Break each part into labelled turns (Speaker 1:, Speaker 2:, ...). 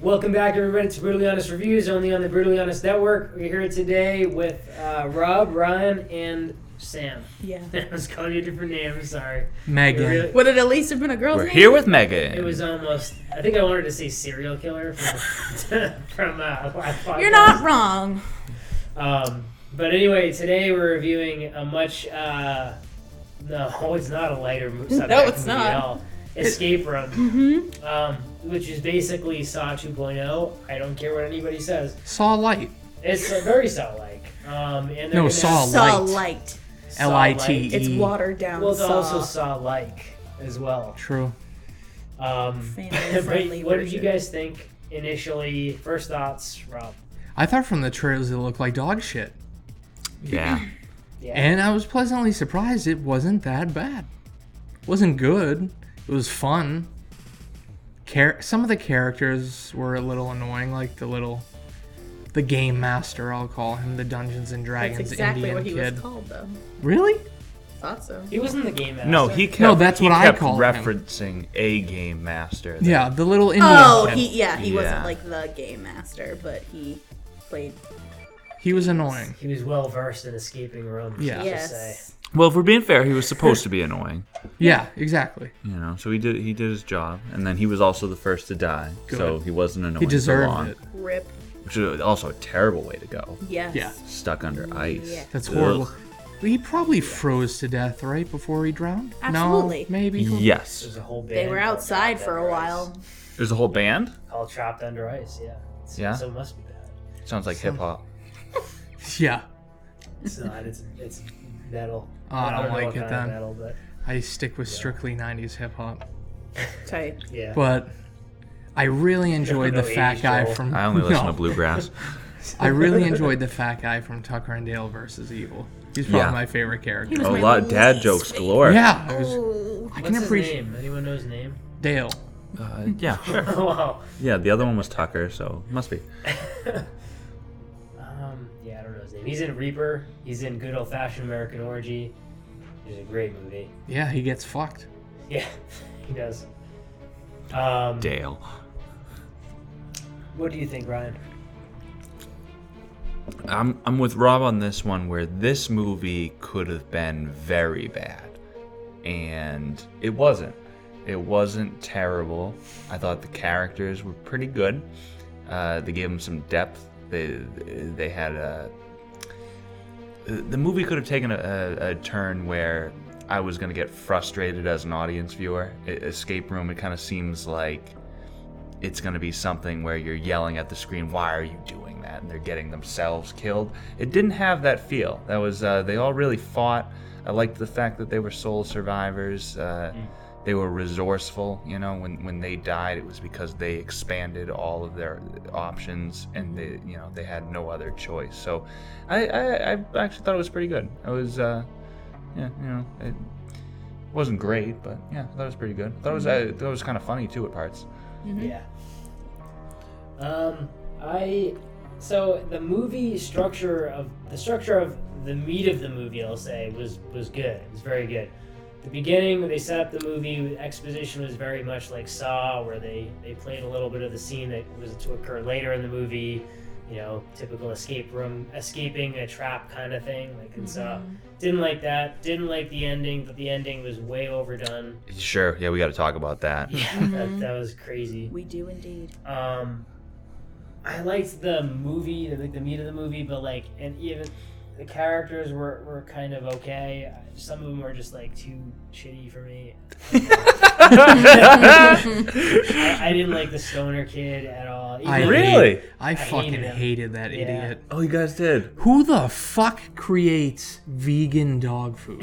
Speaker 1: Welcome back, everybody, to Brutally Honest Reviews only on the Brutally Honest Network. We're here today with uh, Rob, Ryan, and Sam.
Speaker 2: Yeah.
Speaker 1: I was calling you a different name. I'm sorry.
Speaker 3: Megan.
Speaker 1: Really-
Speaker 2: Would it at least have been a girl's
Speaker 3: We're
Speaker 2: name?
Speaker 3: here with Megan.
Speaker 1: It was almost. I think I wanted to say serial killer from, from uh, Live Podcast.
Speaker 2: You're not wrong.
Speaker 1: Um, but anyway, today we're reviewing a much. Uh, no, oh, it's not a lighter mo- subject
Speaker 2: it's
Speaker 1: movie
Speaker 2: not.
Speaker 1: at all. Escape Room,
Speaker 2: hmm
Speaker 1: um, which is basically Saw 2.0. oh. I don't care what anybody says.
Speaker 3: Saw Light.
Speaker 1: It's a very Saw-like. Um, and they're
Speaker 3: No,
Speaker 1: gonna-
Speaker 3: Saw.
Speaker 2: Saw
Speaker 3: Light.
Speaker 2: light.
Speaker 1: Saw-like.
Speaker 3: L.I.T..
Speaker 2: It's
Speaker 3: E.
Speaker 2: watered down.
Speaker 1: Well, it's
Speaker 2: saw.
Speaker 1: also Saw-like as well.
Speaker 3: True.
Speaker 1: Um, but
Speaker 2: Family-friendly
Speaker 1: what did you
Speaker 2: version.
Speaker 1: guys think initially? First thoughts, Rob?
Speaker 4: I thought from the trailers it looked like dog shit.
Speaker 3: Yeah.
Speaker 1: Yeah.
Speaker 4: And I was pleasantly surprised it wasn't that bad. wasn't good. It was fun. Char- some of the characters were a little annoying, like the little the game master, I'll call him, the Dungeons and Dragons
Speaker 2: That's exactly
Speaker 4: Indian
Speaker 2: what he
Speaker 4: kid.
Speaker 2: was called, though.
Speaker 4: Really?
Speaker 2: Thought so.
Speaker 1: he was in the game. Master.
Speaker 3: No, he kept.
Speaker 4: No, that's
Speaker 3: he
Speaker 4: what I
Speaker 3: kept
Speaker 4: call him.
Speaker 3: referencing a game master. that-
Speaker 4: Yeah, the little Indian
Speaker 2: Oh,
Speaker 4: kid.
Speaker 2: he yeah, he wasn't
Speaker 3: Yeah.
Speaker 2: like the game master, but he played.
Speaker 4: He was annoying.
Speaker 1: He was well versed in escaping rooms.
Speaker 4: Yeah.
Speaker 1: let's just
Speaker 2: yes.
Speaker 3: Well, if we're being fair, he was supposed to be annoying.
Speaker 4: Yeah, exactly.
Speaker 3: You know, so he did. He did his job, and then he was also the first to die, so
Speaker 4: Good.
Speaker 3: he wasn't annoying.
Speaker 4: He
Speaker 3: for long,
Speaker 4: deserved it.
Speaker 2: Rip.
Speaker 3: Which is also a terrible way to go.
Speaker 2: Yes.
Speaker 4: Yeah.
Speaker 3: Stuck under ice.
Speaker 2: Yeah.
Speaker 4: That's
Speaker 3: Ugh.
Speaker 4: horrible. He probably froze to death right before he drowned.
Speaker 2: Absolutely.
Speaker 4: No, maybe.
Speaker 1: Say.
Speaker 3: Yes.
Speaker 1: There's a whole band.
Speaker 2: They were
Speaker 1: called
Speaker 2: outside
Speaker 1: Trapped
Speaker 2: for a
Speaker 1: Under
Speaker 2: while.
Speaker 1: Ice.
Speaker 3: There's a whole band.
Speaker 1: Called Trapped Under Ice. Yeah. It's-
Speaker 3: Yeah?
Speaker 1: So it must be bad.
Speaker 3: Sounds like hip hop.
Speaker 4: Yeah.
Speaker 1: It's not. It's it's metal.
Speaker 4: Oh, I don't
Speaker 1: know
Speaker 4: like
Speaker 1: what
Speaker 4: it
Speaker 1: kind of
Speaker 4: then.
Speaker 1: Metal, but
Speaker 4: I stick with strictly 90s hip hop.
Speaker 2: Type.
Speaker 1: yeah.
Speaker 4: But I really enjoyed
Speaker 1: no
Speaker 4: the fat
Speaker 1: 80s
Speaker 4: guy
Speaker 1: Joel.
Speaker 4: from
Speaker 3: I only listen
Speaker 4: No.
Speaker 3: to bluegrass.
Speaker 4: I really enjoyed the fat guy from Tucker and Dale versus Evil. He's probably
Speaker 3: Yeah.
Speaker 4: my favorite character.
Speaker 2: He was
Speaker 3: Oh, a
Speaker 2: my
Speaker 3: lot dad
Speaker 2: least
Speaker 3: jokes
Speaker 2: favorite.
Speaker 3: galore.
Speaker 4: Yeah, it was,
Speaker 2: Ooh.
Speaker 4: I
Speaker 1: Oh, What's
Speaker 4: can
Speaker 1: his
Speaker 4: appreciate
Speaker 1: name? Anyone know his name?
Speaker 4: Dale.
Speaker 3: Uh, yeah. Sure.
Speaker 1: wow.
Speaker 3: Yeah. The other one was Tucker, so must be.
Speaker 1: Um, yeah, I don't know his name. He's in Reaper. He's in Good Old Fashioned American Orgy. Which is a great movie.
Speaker 4: Yeah, he gets fucked.
Speaker 1: Yeah, he does. Um,
Speaker 3: Dale.
Speaker 1: what do you think, Ryan?
Speaker 3: I'm I'm with Rob on this one where this movie could have been very bad. And it wasn't. It wasn't terrible. I thought the characters were pretty good. Uh, they gave them some depth. They they had a the movie could have taken a, a, a turn where I was going to get frustrated as an audience viewer. E- Escape Room, it kind of seems like it's going to be something where you're yelling at the screen, "Why are you doing that?" and they're getting themselves killed. It didn't have that feel. That was uh, they all really fought. I liked the fact that they were sole survivors. Uh, They were resourceful. You know, when when they died, it was because they expanded all of their options, and they you know they had no other choice. So, I I, I actually thought it was pretty good. I was. Uh, yeah, you know, it wasn't great, but yeah, I thought it was pretty good. I thought it was, uh, thought it was kind of funny too at parts.
Speaker 1: Yeah. Um, I so the movie structure of the structure of the meat of the movie, I'll say, was was good. It was very good. The beginning, they set up the movie. Exposition was very much like Saw, where they they played a little bit of the scene that was to occur later in the movie. You know, typical escape room, escaping a trap kind of thing, like in Saw. Didn't like that. Didn't like the ending, but the ending was way overdone.
Speaker 3: Sure. Yeah, we got to talk about that.
Speaker 1: Yeah, that, that was crazy.
Speaker 2: We do indeed.
Speaker 1: Um, I liked the movie, the- like the meat of the movie, but like, and even the characters were, were kind of okay. I- Some of them were just like too shitty for me. I, I didn't like the stoner kid at all.
Speaker 4: I
Speaker 1: though-
Speaker 3: Really?
Speaker 4: I, fucking
Speaker 1: hated
Speaker 4: hated,
Speaker 1: him.
Speaker 4: that
Speaker 1: Yeah.
Speaker 4: idiot.
Speaker 3: oh, you guys did.
Speaker 4: Who the fuck creates vegan dog food?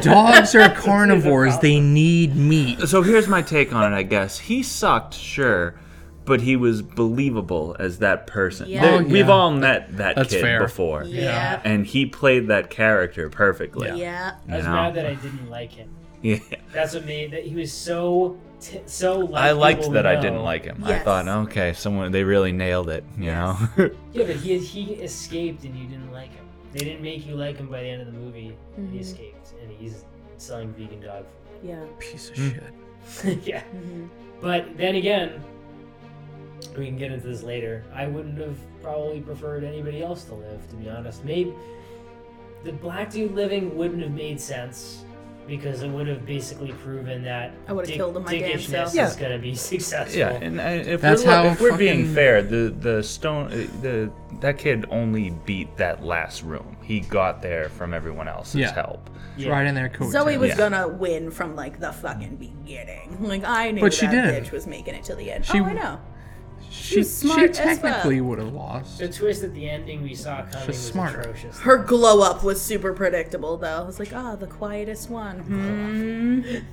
Speaker 4: Dogs are carnivores. They need meat.
Speaker 3: So here's my take on it. I guess he sucked, sure, but he was believable as that person.
Speaker 2: Yeah.
Speaker 3: There-
Speaker 4: Oh,
Speaker 3: We've
Speaker 4: yeah.
Speaker 3: all met that
Speaker 4: That's
Speaker 3: kid
Speaker 4: fair.
Speaker 3: before,
Speaker 2: Yeah.
Speaker 3: and he played that character perfectly.
Speaker 2: Yeah.
Speaker 1: I was
Speaker 3: You know?
Speaker 1: mad that I didn't like him.
Speaker 3: Yeah.
Speaker 1: That's what made that he was so t- so. Like
Speaker 3: I liked
Speaker 1: people
Speaker 3: that I
Speaker 1: know.
Speaker 3: didn't like him. I
Speaker 2: Yes.
Speaker 3: thought, okay, someone they really nailed it. You
Speaker 2: Yes.
Speaker 3: know.
Speaker 1: Yeah, but he he escaped and you didn't like him. They didn't make you like him by the end of the movie. and He
Speaker 2: Mhm.
Speaker 1: escaped and he's selling vegan dog
Speaker 2: Yeah.
Speaker 4: Piece of
Speaker 3: Mm.
Speaker 4: shit.
Speaker 2: Mm-hmm.
Speaker 1: food. yeah.
Speaker 2: Mhm.
Speaker 1: But then again, we can get into this later. I wouldn't have probably preferred anybody else to live, to be honest. Maybe the black dude living wouldn't have made sense because it would have basically proven that
Speaker 2: I would have
Speaker 1: Dick-
Speaker 2: killed him my damn
Speaker 1: Dickishness
Speaker 2: self.
Speaker 3: Yeah.
Speaker 1: is going to be successful.
Speaker 3: Yeah, and I- if
Speaker 4: That's
Speaker 3: we're,
Speaker 4: how
Speaker 3: if we're being
Speaker 4: fucking-
Speaker 3: fair, the the stone uh, the that kid only beat that last room. He got there from everyone else's
Speaker 4: Yeah.
Speaker 3: help.
Speaker 1: Yeah.
Speaker 4: Right in there, cool.
Speaker 2: Zoe was
Speaker 3: Yeah.
Speaker 2: gonna win from like the fucking beginning. Like I knew
Speaker 4: But she
Speaker 2: that
Speaker 4: didn't.
Speaker 2: bitch was making it to the end.
Speaker 4: She
Speaker 2: oh, I
Speaker 4: w-
Speaker 2: know.
Speaker 4: she,
Speaker 2: was smart
Speaker 4: she
Speaker 2: as
Speaker 4: technically would have lost.
Speaker 1: The twist at the ending we saw coming was
Speaker 4: She's smart.
Speaker 1: atrocious.
Speaker 2: Her glow up was super predictable, though. It was like, ah, the quietest one.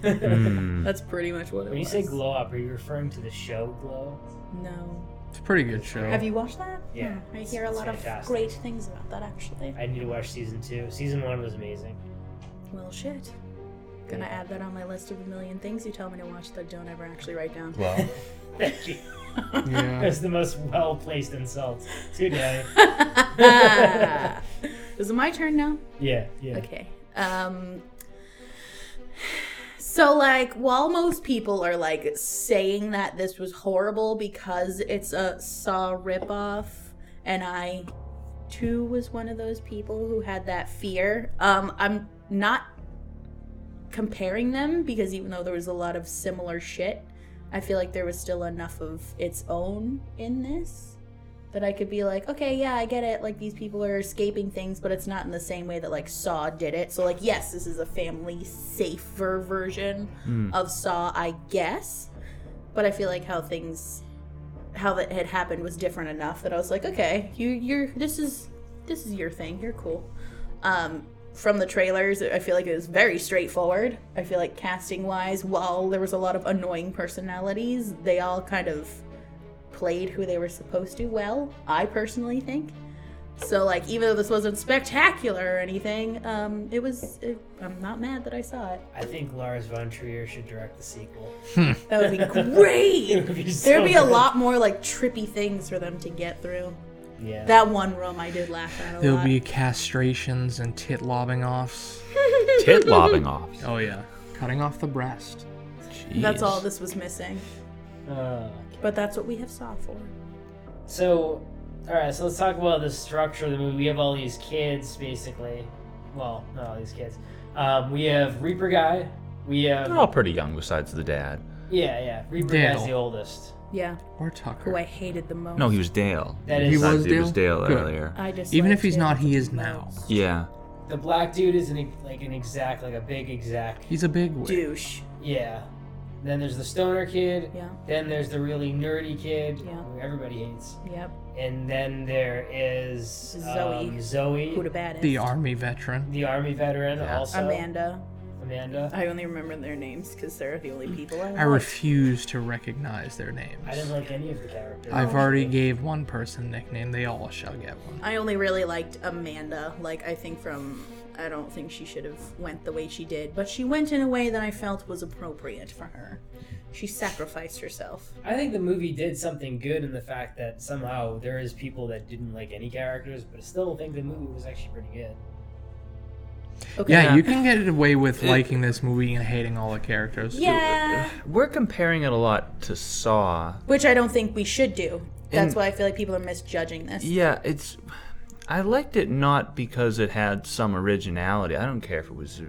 Speaker 2: Hmm. That's pretty much what it
Speaker 1: When you
Speaker 2: was.
Speaker 1: say glow up, are you referring to the show Glow?
Speaker 2: no.
Speaker 4: It's a pretty good show.
Speaker 2: Have you watched that?
Speaker 1: Yeah,
Speaker 2: Hmm. I
Speaker 1: it's-
Speaker 2: hear a
Speaker 1: it's
Speaker 2: lot of
Speaker 1: fantastic.
Speaker 2: great things about that, actually.
Speaker 1: I need to watch season two. Season one was amazing.
Speaker 2: Well, shit. Gonna add that on my list of a million things you tell me to watch that don't ever actually write down.
Speaker 3: Well,
Speaker 1: Thank you.
Speaker 3: Uh-huh.
Speaker 4: yeah.
Speaker 1: That's the most well placed insult today.
Speaker 2: Is it my turn now?
Speaker 1: Yeah, yeah.
Speaker 2: Okay. Um so like while most people are like saying that this was horrible because it's a saw ripoff and I too was one of those people who had that fear. Um I'm not comparing them because even though there was a lot of similar shit, I feel like there was still enough of its own in this that I could be like, okay, yeah, I get it. Like these people are escaping things, but it's not in the same way that like Saw did it. So like, yes, this is a family safer version of Saw, I guess. But I feel like how things, how that had happened was different enough that I was like, okay, you, you're this is this is your thing. You're cool. Um, from the trailers, I feel like it was very straightforward. I feel like casting wise, while there was a lot of annoying personalities, they all kind of played who they were supposed to well, I personally think. So like even though this wasn't spectacular or anything, um, it was it, I'm not mad that I saw it.
Speaker 1: I think Lars von Trier should direct the sequel.
Speaker 2: That would be great.
Speaker 1: It would be so
Speaker 2: There'd be a
Speaker 1: good.
Speaker 2: lot more like trippy things for them to get through.
Speaker 1: Yeah.
Speaker 2: That one room I did laugh at a
Speaker 4: There'll
Speaker 2: lot.
Speaker 4: be castrations and tit lobbing offs.
Speaker 3: tit lobbing off.
Speaker 4: Oh yeah, cutting off the breast.
Speaker 2: that's
Speaker 3: Jeez.
Speaker 2: all this was missing.
Speaker 1: Uh,
Speaker 2: But that's what we have saw for.
Speaker 1: so, all right. So let's talk about the structure of the movie. We have all these kids, basically. Well, not all these kids. Um, we have Reaper guy. We have
Speaker 3: They're
Speaker 2: Oh.
Speaker 3: all pretty young, besides the dad.
Speaker 1: yeah, yeah. Reaper guy's
Speaker 4: Dale.
Speaker 1: the oldest.
Speaker 2: Yeah, who
Speaker 4: Or
Speaker 2: I
Speaker 4: Tucker.
Speaker 2: hated the most.
Speaker 3: No, he was Dale.
Speaker 1: That
Speaker 3: You
Speaker 1: is- He
Speaker 3: decided
Speaker 4: was
Speaker 3: It was
Speaker 4: Dale?
Speaker 3: Dale
Speaker 4: Good.
Speaker 3: earlier.
Speaker 2: I just
Speaker 4: Even if he's not, he is now.
Speaker 3: Yeah.
Speaker 1: The black dude is an ex- like an exact, like a big exact.
Speaker 4: He's a big wig.
Speaker 2: douche.
Speaker 1: Yeah. Then there's the stoner kid.
Speaker 2: Yeah.
Speaker 1: Then there's the really nerdy kid
Speaker 2: Yeah.
Speaker 1: who everybody hates.
Speaker 2: Yep,
Speaker 1: And then there is
Speaker 2: Zoe.
Speaker 1: um, Zoe,
Speaker 2: who the baddest?
Speaker 4: The army veteran.
Speaker 1: the army veteran,
Speaker 3: Yeah.
Speaker 1: also
Speaker 2: Amanda.
Speaker 1: Amanda.
Speaker 2: I only remember their names because they're the only people I.
Speaker 4: I refuse to recognize their names.
Speaker 1: I didn't like any of the characters.
Speaker 4: I've already gave one person a nickname. They all shall get one.
Speaker 2: I only really liked Amanda. Like I think from, I don't think she should have went the way she did, but she went in a way that I felt was appropriate for her. She sacrificed herself.
Speaker 1: I think the movie did something good in the fact that somehow there is people that didn't like any characters, but I still think the movie was actually pretty good.
Speaker 2: Okay.
Speaker 4: Yeah, you can get away with liking this movie and hating all the characters.
Speaker 2: Yeah,
Speaker 3: We're comparing it a lot to Saw.
Speaker 2: which I don't think we should do. That's
Speaker 3: And-
Speaker 2: why I feel like people are misjudging this.
Speaker 3: Yeah, it's. I liked it not because it had some originality. I don't care if it was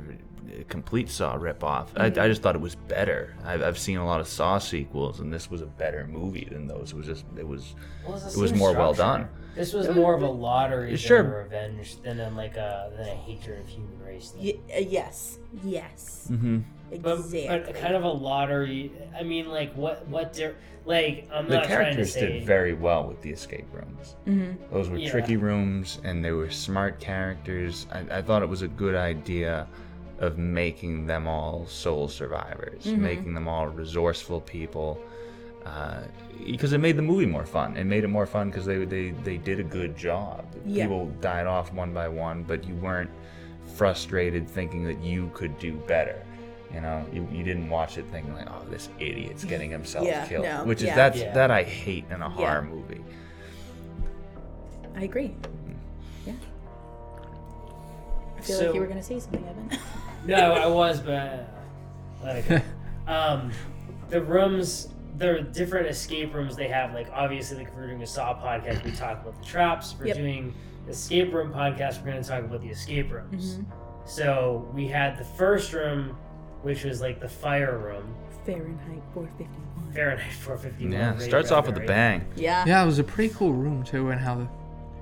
Speaker 3: a, a complete Saw ripoff. I, I just thought it was better. I've, I've seen a lot of Saw sequels, and this was a better movie than those. It was just it was.
Speaker 1: Well, it's the
Speaker 3: It was
Speaker 1: same
Speaker 3: more well
Speaker 1: structure.
Speaker 3: done.
Speaker 1: This was more of a lottery
Speaker 3: Sure.
Speaker 1: than a revenge than a, like a than a hatred of human race. Thing.
Speaker 2: Y- uh, yes. Yes.
Speaker 3: Mm-hmm.
Speaker 1: But,
Speaker 2: Exactly.
Speaker 1: but kind of a lottery. I mean, like what what di- like I'm
Speaker 3: The
Speaker 1: not trying to
Speaker 3: characters
Speaker 1: say
Speaker 3: did very well with the escape rooms.
Speaker 2: Mhm.
Speaker 3: Those were
Speaker 1: Yeah.
Speaker 3: tricky rooms, and they were smart characters. I, I thought it was a good idea of making them all soul survivors, making them all resourceful people, uh, because it made the movie more fun. It made it more fun because they, they they did a good job.
Speaker 2: Yeah.
Speaker 3: People died off one by one, but you weren't frustrated thinking that you could do better. You know, you, you didn't watch it thinking like, oh, this idiot's getting himself
Speaker 2: Yeah,
Speaker 3: killed,
Speaker 2: no,
Speaker 3: which is
Speaker 2: yeah.
Speaker 3: that's
Speaker 1: Yeah.
Speaker 3: that I hate in a horror movie.
Speaker 2: I agree. Yeah. I feel
Speaker 1: So-
Speaker 2: like you were gonna say something, Evan.
Speaker 1: No, I was, but uh, let it go. um, the rooms there are different escape rooms they have. Like obviously, like if we're doing a Saw podcast, we talk about the traps. If we're
Speaker 2: Yep.
Speaker 1: doing escape room podcast, we're going to talk about the escape rooms. So we had the first room, which was like the fire room,
Speaker 2: Fahrenheit 451.
Speaker 1: Fahrenheit 451.
Speaker 3: Yeah,
Speaker 1: rated
Speaker 3: starts off with a
Speaker 1: right?
Speaker 3: bang.
Speaker 2: Yeah,
Speaker 4: Yeah, it was a pretty cool room too, and how the,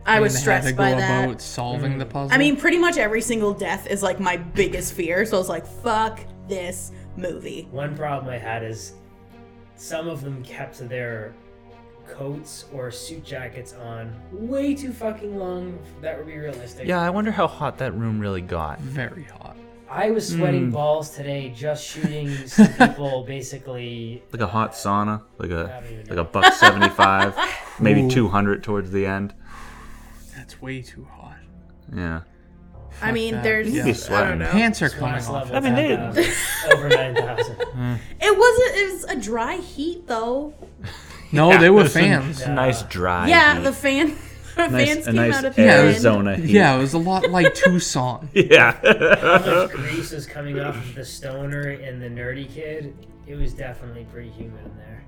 Speaker 2: I
Speaker 4: and
Speaker 2: was
Speaker 4: how they
Speaker 2: stressed
Speaker 4: go
Speaker 2: by that.
Speaker 4: about solving the puzzle.
Speaker 2: I mean, pretty much every single death is like my biggest fear. So I was like, fuck this movie.
Speaker 1: One problem I had is some of them kept their coats or suit jackets on way too fucking long. That would be realistic.
Speaker 3: Yeah, I wonder how hot that room really got.
Speaker 4: very hot.
Speaker 1: I was sweating
Speaker 3: Hmm.
Speaker 1: balls today just shooting some people basically.
Speaker 3: Like a hot sauna, like a
Speaker 1: don't even
Speaker 3: like a buck seventy five, maybe
Speaker 4: Ooh.
Speaker 3: two hundred towards the end.
Speaker 4: That's way too hot.
Speaker 3: Yeah.
Speaker 2: I mean,
Speaker 4: that.
Speaker 2: there's.
Speaker 4: You'd
Speaker 3: be
Speaker 2: I
Speaker 3: sweating.
Speaker 2: don't know.
Speaker 4: Pants are coming
Speaker 1: Sweat
Speaker 4: off.
Speaker 1: level
Speaker 3: I mean, they-
Speaker 1: 10,000, over 9,000.
Speaker 2: It wasn't. It was a dry heat though.
Speaker 4: No, they Oh, were
Speaker 3: It's a-
Speaker 4: fans.
Speaker 3: it's a nice dry.
Speaker 2: yeah,
Speaker 3: heat.
Speaker 2: the fan. The fans
Speaker 3: nice, a
Speaker 2: came
Speaker 3: nice
Speaker 2: out at the end.
Speaker 3: Arizona heat.
Speaker 4: Yeah, it was a lot like Tucson.
Speaker 3: Yeah.
Speaker 1: How much grease is coming off of the stoner and the nerdy kid? It was definitely pretty humid in there.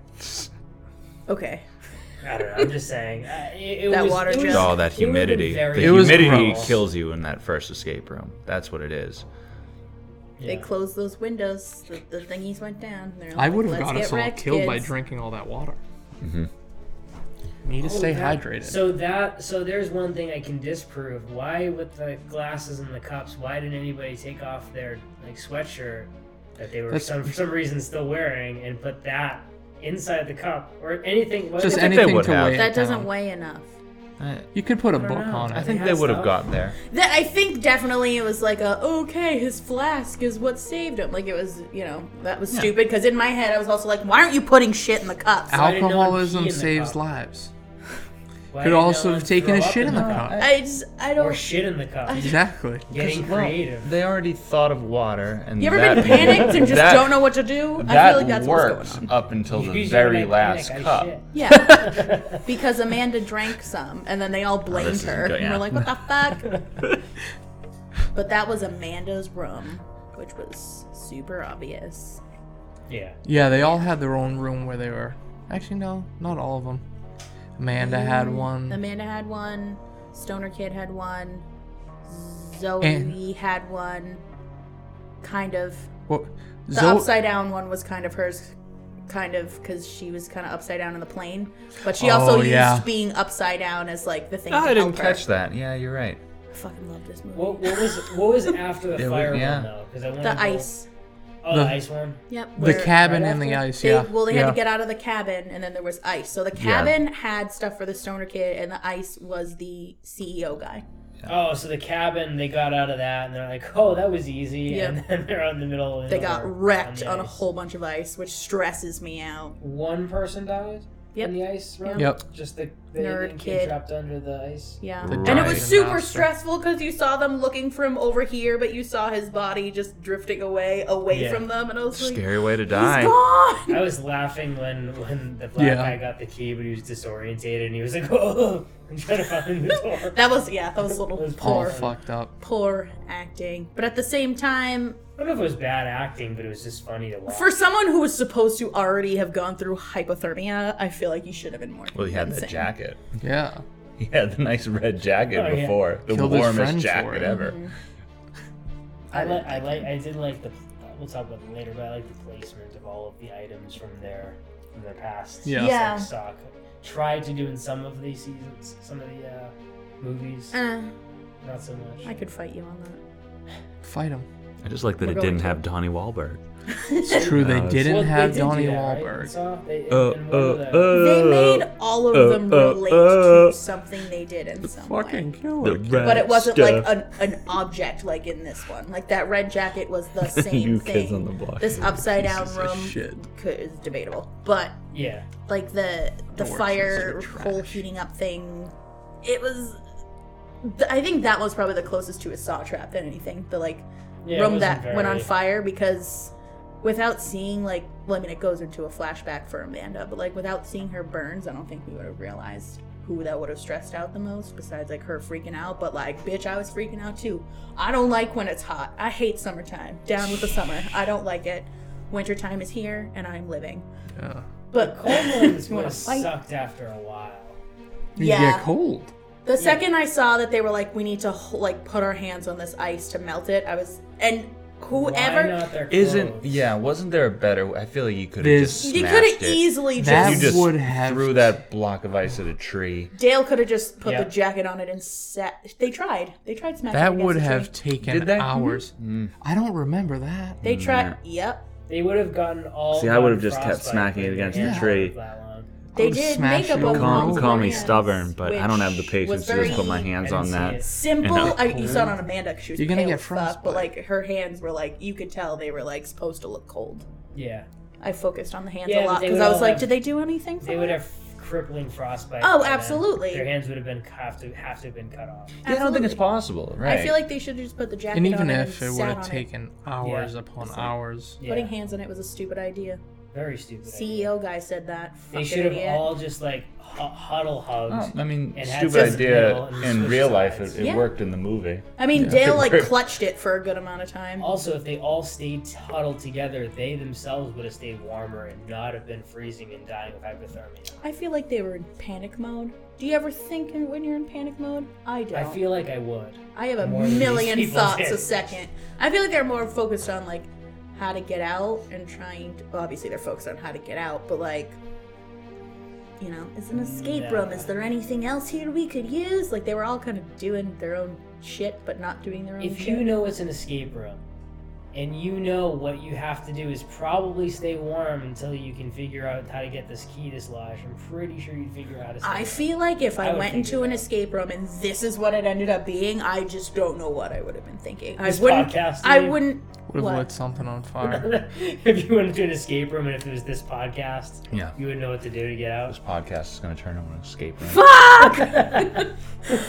Speaker 2: Okay.
Speaker 1: I don't know. I'm just saying. Uh, it, it
Speaker 2: That
Speaker 1: was,
Speaker 2: water
Speaker 1: it was,
Speaker 2: jet.
Speaker 3: Oh,
Speaker 1: it would've been
Speaker 3: that humidity. The
Speaker 1: very-
Speaker 4: It was
Speaker 3: humidity
Speaker 4: gross.
Speaker 3: kills you in that first escape room. That's what it is.
Speaker 2: They
Speaker 1: Yeah.
Speaker 2: closed those windows. The, the thingies went down. They're
Speaker 4: I
Speaker 2: like,
Speaker 4: would have
Speaker 2: "Let's
Speaker 4: got
Speaker 2: get
Speaker 4: us all
Speaker 2: wrecked,
Speaker 4: killed by
Speaker 2: kids."
Speaker 4: drinking all that water. Need to
Speaker 1: Oh,
Speaker 4: stay
Speaker 1: that-
Speaker 4: hydrated.
Speaker 1: So that so there's one thing I can disprove. Why with the glasses and the cups? Why didn't anybody take off their like sweatshirt that they were
Speaker 4: That's-
Speaker 1: some for some reason still wearing and put that inside the cup or anything? What
Speaker 4: Just
Speaker 1: if-
Speaker 3: I think they
Speaker 4: anything
Speaker 3: would
Speaker 4: to
Speaker 3: have.
Speaker 4: weigh it
Speaker 2: That doesn't
Speaker 4: down.
Speaker 2: weigh enough.
Speaker 3: I,
Speaker 4: You could put a
Speaker 1: don't
Speaker 4: book
Speaker 1: know.
Speaker 4: on
Speaker 1: I
Speaker 4: it.
Speaker 3: think
Speaker 1: have
Speaker 3: they would have
Speaker 1: stuff.
Speaker 3: gotten there.
Speaker 2: That I think definitely it was like a okay, his flask is what saved him. Like it was, you know, that was stupid. Because in my head, I was also like, why aren't you putting shit in the cups?
Speaker 1: why did no one pee
Speaker 4: Alcoholism
Speaker 1: in the
Speaker 4: saves
Speaker 1: cup?
Speaker 4: lives.
Speaker 1: why
Speaker 4: Could
Speaker 1: did no
Speaker 4: also
Speaker 1: one
Speaker 4: have taken
Speaker 1: throw
Speaker 4: a
Speaker 1: up
Speaker 4: shit in the
Speaker 1: cup?
Speaker 4: cup.
Speaker 2: I just, I
Speaker 1: or
Speaker 2: don't.
Speaker 1: shit in the cup.
Speaker 4: Exactly.
Speaker 1: Getting creative.
Speaker 3: They already thought of water, and
Speaker 2: you ever
Speaker 3: that,
Speaker 2: been panicked and just
Speaker 3: that-
Speaker 2: don't know what to do?
Speaker 3: That
Speaker 2: I feel like that's
Speaker 3: works
Speaker 2: what's going on.
Speaker 3: up until the
Speaker 1: Usually
Speaker 3: very
Speaker 1: when I
Speaker 3: last
Speaker 1: panic, I
Speaker 3: cup.
Speaker 1: shit.
Speaker 2: Yeah, because Amanda drank some, and then they all blamed
Speaker 3: Oh, this isn't
Speaker 2: her.
Speaker 3: good,
Speaker 2: And
Speaker 3: yeah.
Speaker 2: we're like, what the fuck? but that was Amanda's room, which was super obvious.
Speaker 1: Yeah.
Speaker 4: Yeah, they all had their own room where they were. Actually, no, not all of them. Amanda had
Speaker 1: Mm,
Speaker 4: one.
Speaker 2: Amanda had one. Stoner Kid had one. Zoe
Speaker 4: And-
Speaker 2: had one. Kind of.
Speaker 4: Well,
Speaker 2: The
Speaker 4: Zo-
Speaker 2: upside down one was kind of hers, kind of, because she was kind of upside down in the plane. But she also
Speaker 4: Oh, yeah.
Speaker 2: used being upside down as like the thing.
Speaker 3: No,
Speaker 2: to
Speaker 3: I didn't
Speaker 2: help her.
Speaker 3: catch that. Yeah, you're right.
Speaker 2: I fucking love this movie.
Speaker 1: What, what was what was after the
Speaker 3: It was-
Speaker 1: fire
Speaker 3: yeah.
Speaker 1: one though? Because I wanted
Speaker 2: the
Speaker 1: to-
Speaker 2: ice.
Speaker 1: Oh, the,
Speaker 4: The-
Speaker 1: ice one.
Speaker 2: Yep.
Speaker 4: the
Speaker 2: where-
Speaker 4: cabin
Speaker 1: right
Speaker 4: and the
Speaker 1: after-
Speaker 4: ice.
Speaker 2: They,
Speaker 4: Yeah.
Speaker 2: Well, they
Speaker 4: yeah.
Speaker 2: had to get out of the cabin, and then there was ice. So the
Speaker 3: Yeah.
Speaker 2: cabin had stuff for the stoner kid, and the ice was the CEO guy.
Speaker 1: Oh, so the cabin they got out of that, and they're like, "Oh, that was easy,"
Speaker 2: Yeah.
Speaker 1: and then they're on the middle. Of
Speaker 2: They got
Speaker 1: nowhere
Speaker 2: wrecked on a
Speaker 1: ice.
Speaker 2: whole bunch of ice, which stresses me out.
Speaker 1: One person died
Speaker 2: Yep.
Speaker 1: in the ice. Run?
Speaker 4: Yep.
Speaker 1: Just the, the
Speaker 2: Nerd
Speaker 1: Indian
Speaker 2: kid.
Speaker 1: trapped under the ice.
Speaker 2: Yeah.
Speaker 3: Right.
Speaker 2: And it was
Speaker 4: Right.
Speaker 2: super
Speaker 4: Monster.
Speaker 2: stressful because you saw them looking from over here, but you saw his body just drifting away, away
Speaker 1: Yeah.
Speaker 2: from them, and I was like,
Speaker 3: Scary way to
Speaker 2: he's
Speaker 3: die.
Speaker 2: gone!
Speaker 1: I was laughing when when the black
Speaker 4: Yeah.
Speaker 1: guy got the key, but he was disorientated, and he was like, "Oh, I'm trying to find the door."
Speaker 2: That was, yeah, that was a little
Speaker 1: It was
Speaker 4: all
Speaker 2: poor,
Speaker 1: awful.
Speaker 4: fucked up.
Speaker 2: poor acting. But at the same time,
Speaker 1: I don't know if it was bad acting, but it was just funny to watch.
Speaker 2: for someone who was supposed to already have gone through hypothermia, I feel like you should have been more.
Speaker 3: Well, he had that
Speaker 2: convincing.
Speaker 3: jacket.
Speaker 4: Yeah.
Speaker 3: He had the nice red jacket
Speaker 1: Oh, yeah.
Speaker 3: before. The
Speaker 4: Killed his friend
Speaker 3: warmest
Speaker 4: for
Speaker 3: jacket
Speaker 4: it.
Speaker 3: ever.
Speaker 1: I like I like I did like the. We'll talk about it later, but I like the placement of all of the items from their from their past.
Speaker 4: Yeah.
Speaker 2: Yeah.
Speaker 1: Sock tried to do in some of the seasons, some of the uh, movies.
Speaker 2: Uh,
Speaker 1: Not so much.
Speaker 2: I could fight you on that.
Speaker 4: Fight them.
Speaker 3: I just like that
Speaker 2: We're
Speaker 3: it
Speaker 2: going
Speaker 3: didn't
Speaker 2: to-
Speaker 3: have Donnie Wahlberg.
Speaker 4: It's true. They
Speaker 3: No, it's-
Speaker 4: didn't
Speaker 1: Well, they
Speaker 4: have
Speaker 1: did do
Speaker 4: Donnie
Speaker 1: that, right? In
Speaker 4: Wahlberg.
Speaker 1: Saw? They- in
Speaker 3: Uh,
Speaker 1: one of the-
Speaker 3: uh, uh,
Speaker 2: They made all of
Speaker 3: uh,
Speaker 2: them
Speaker 3: uh,
Speaker 2: relate
Speaker 3: uh,
Speaker 2: to something they did in some way.
Speaker 4: Fucking
Speaker 3: The
Speaker 4: killer.
Speaker 3: red
Speaker 2: But it wasn't
Speaker 3: stuff.
Speaker 2: like an, an object like in this one. Like that red jacket was the same
Speaker 3: You
Speaker 2: thing.
Speaker 3: kids on the block,
Speaker 2: This
Speaker 3: you
Speaker 2: upside down
Speaker 4: pieces of
Speaker 2: room
Speaker 4: shit.
Speaker 2: could, is debatable, but
Speaker 1: yeah.
Speaker 2: like the the
Speaker 4: Doors,
Speaker 2: fire
Speaker 4: those are
Speaker 2: coal
Speaker 4: trash.
Speaker 2: heating up thing, it was. th- I think that was probably the closest to a saw trap than anything. The like
Speaker 1: yeah. it
Speaker 2: room
Speaker 1: wasn't
Speaker 2: that went on
Speaker 1: very-
Speaker 2: fire because without seeing like well i mean it goes into a flashback for amanda but like without seeing her burns i don't think we would have realized who that would have stressed out the most besides like her freaking out but like bitch i was freaking out too i don't like when it's hot i hate summertime down with the summer i don't like it wintertime is here and i'm living
Speaker 4: Yeah.
Speaker 2: But
Speaker 1: Coleman's
Speaker 2: You wanna
Speaker 1: was
Speaker 2: fight?
Speaker 1: sucked after a while.
Speaker 4: You
Speaker 2: Yeah.
Speaker 4: get cold.
Speaker 2: The second I saw that they were like, we need to ho- like put our hands on this ice to melt it, I was and
Speaker 1: Why
Speaker 2: whoever
Speaker 1: not their
Speaker 3: Isn't
Speaker 1: clothes?
Speaker 3: yeah? Wasn't there a better? way? I feel like you could have
Speaker 4: There's-
Speaker 3: just
Speaker 2: you could
Speaker 3: smashed
Speaker 2: have
Speaker 3: it.
Speaker 2: easily
Speaker 4: That
Speaker 3: you
Speaker 2: just
Speaker 3: just
Speaker 4: would have-
Speaker 3: threw that block of ice at a tree.
Speaker 2: Dale could have just put
Speaker 1: Yeah.
Speaker 2: the jacket on it and sat. They tried. They tried smashing. it
Speaker 4: That
Speaker 2: against
Speaker 4: would
Speaker 2: the tree.
Speaker 4: have taken
Speaker 3: Did that-
Speaker 4: hours.
Speaker 3: Mm.
Speaker 4: I don't remember that.
Speaker 2: They tried. Yep.
Speaker 1: They would have gotten all.
Speaker 3: See, I would have
Speaker 1: gotten
Speaker 3: just kept
Speaker 1: frostbite
Speaker 3: smacking it
Speaker 1: if
Speaker 3: against
Speaker 1: they
Speaker 4: the
Speaker 1: had
Speaker 3: tree.
Speaker 1: that long.
Speaker 2: They
Speaker 4: would
Speaker 2: did
Speaker 4: smash
Speaker 2: make up
Speaker 4: you
Speaker 2: a
Speaker 4: with
Speaker 2: wall
Speaker 4: Call-
Speaker 2: with
Speaker 4: call
Speaker 2: their
Speaker 4: me
Speaker 2: hands, which was very
Speaker 1: I didn't see it.
Speaker 2: Simple.
Speaker 3: And
Speaker 2: I, you saw it on Amanda. 'cause She was
Speaker 4: You're gonna
Speaker 2: pale
Speaker 4: get
Speaker 2: as fuck, but
Speaker 4: frostbite.
Speaker 2: like her hands were like you could tell they were like supposed to look cold.
Speaker 1: Yeah,
Speaker 2: I focused on the hands
Speaker 1: Yeah,
Speaker 2: a
Speaker 1: but
Speaker 2: lot
Speaker 1: they
Speaker 2: because
Speaker 1: would
Speaker 2: I
Speaker 1: all
Speaker 2: was like,
Speaker 1: have-
Speaker 2: did they do anything? For
Speaker 1: they
Speaker 2: it?
Speaker 1: would have crippling frostbite.
Speaker 2: Oh,
Speaker 1: by then.
Speaker 2: absolutely.
Speaker 1: Their hands would have been have to have to have been cut off.
Speaker 3: Yeah, I don't think it's
Speaker 2: Absolutely.
Speaker 3: possible, right?
Speaker 2: I feel like they should have just put the jacket
Speaker 4: And even
Speaker 2: on
Speaker 4: if
Speaker 2: it
Speaker 4: it
Speaker 2: and
Speaker 4: would
Speaker 2: sat
Speaker 4: have
Speaker 2: on it.
Speaker 4: taken hours
Speaker 1: Yeah.
Speaker 4: upon
Speaker 1: It's like-
Speaker 4: hours,
Speaker 1: Yeah,
Speaker 2: Putting hands on it was a stupid idea.
Speaker 1: very stupid. idea.
Speaker 2: CEO guy said that.
Speaker 1: They
Speaker 2: Fucking
Speaker 1: should have
Speaker 2: idiot.
Speaker 1: all just like hu- huddle hugs.
Speaker 3: Oh, I mean,
Speaker 1: It had
Speaker 3: stupid
Speaker 1: just
Speaker 3: idea
Speaker 1: middle and
Speaker 3: in
Speaker 1: switch
Speaker 3: real life.
Speaker 1: sides.
Speaker 3: It, it
Speaker 2: Yeah.
Speaker 3: worked in the movie.
Speaker 2: I mean, Dale like
Speaker 3: Right.
Speaker 2: clutched it for a good amount of time.
Speaker 1: Also, if they all stayed huddled together, they themselves would have stayed warmer and not have been freezing and dying of hypothermia.
Speaker 2: I feel like they were in panic mode. Do you ever think in- when you're in panic mode? I don't.
Speaker 1: I feel like I would.
Speaker 2: I have a
Speaker 1: more than these
Speaker 2: million
Speaker 1: people
Speaker 2: thoughts a
Speaker 1: did.
Speaker 2: second. I feel like they're more focused on like how to get out and trying to. Well, obviously, they're focused on how to get out, but like, you know, it's an escape room.
Speaker 1: Nah.
Speaker 2: Is there anything else here we could use? Like, they were all kind of doing their own shit, but not doing their own.
Speaker 1: If
Speaker 2: shit.
Speaker 1: you know it's an escape room, and you know what you have to do is probably stay warm until you can figure out how to get this key dislodged. I'm pretty sure you'd figure out how to. Stay
Speaker 2: I
Speaker 1: warm.
Speaker 2: feel like if
Speaker 1: I
Speaker 2: I,
Speaker 1: would
Speaker 2: went
Speaker 1: think
Speaker 2: into
Speaker 1: it
Speaker 2: an
Speaker 1: out.
Speaker 2: escape room and this is what it ended up being, I just don't know what I would have been thinking.
Speaker 1: This
Speaker 2: I wouldn't.
Speaker 1: podcast,
Speaker 2: I
Speaker 1: you mean?
Speaker 2: wouldn't.
Speaker 4: would have
Speaker 2: What?
Speaker 4: lit something on fire.
Speaker 1: if you went into an escape room and if it was this podcast,
Speaker 3: Yeah.
Speaker 1: you would know what to do to get out.
Speaker 3: This podcast is going to turn into an escape room.
Speaker 2: Fuck!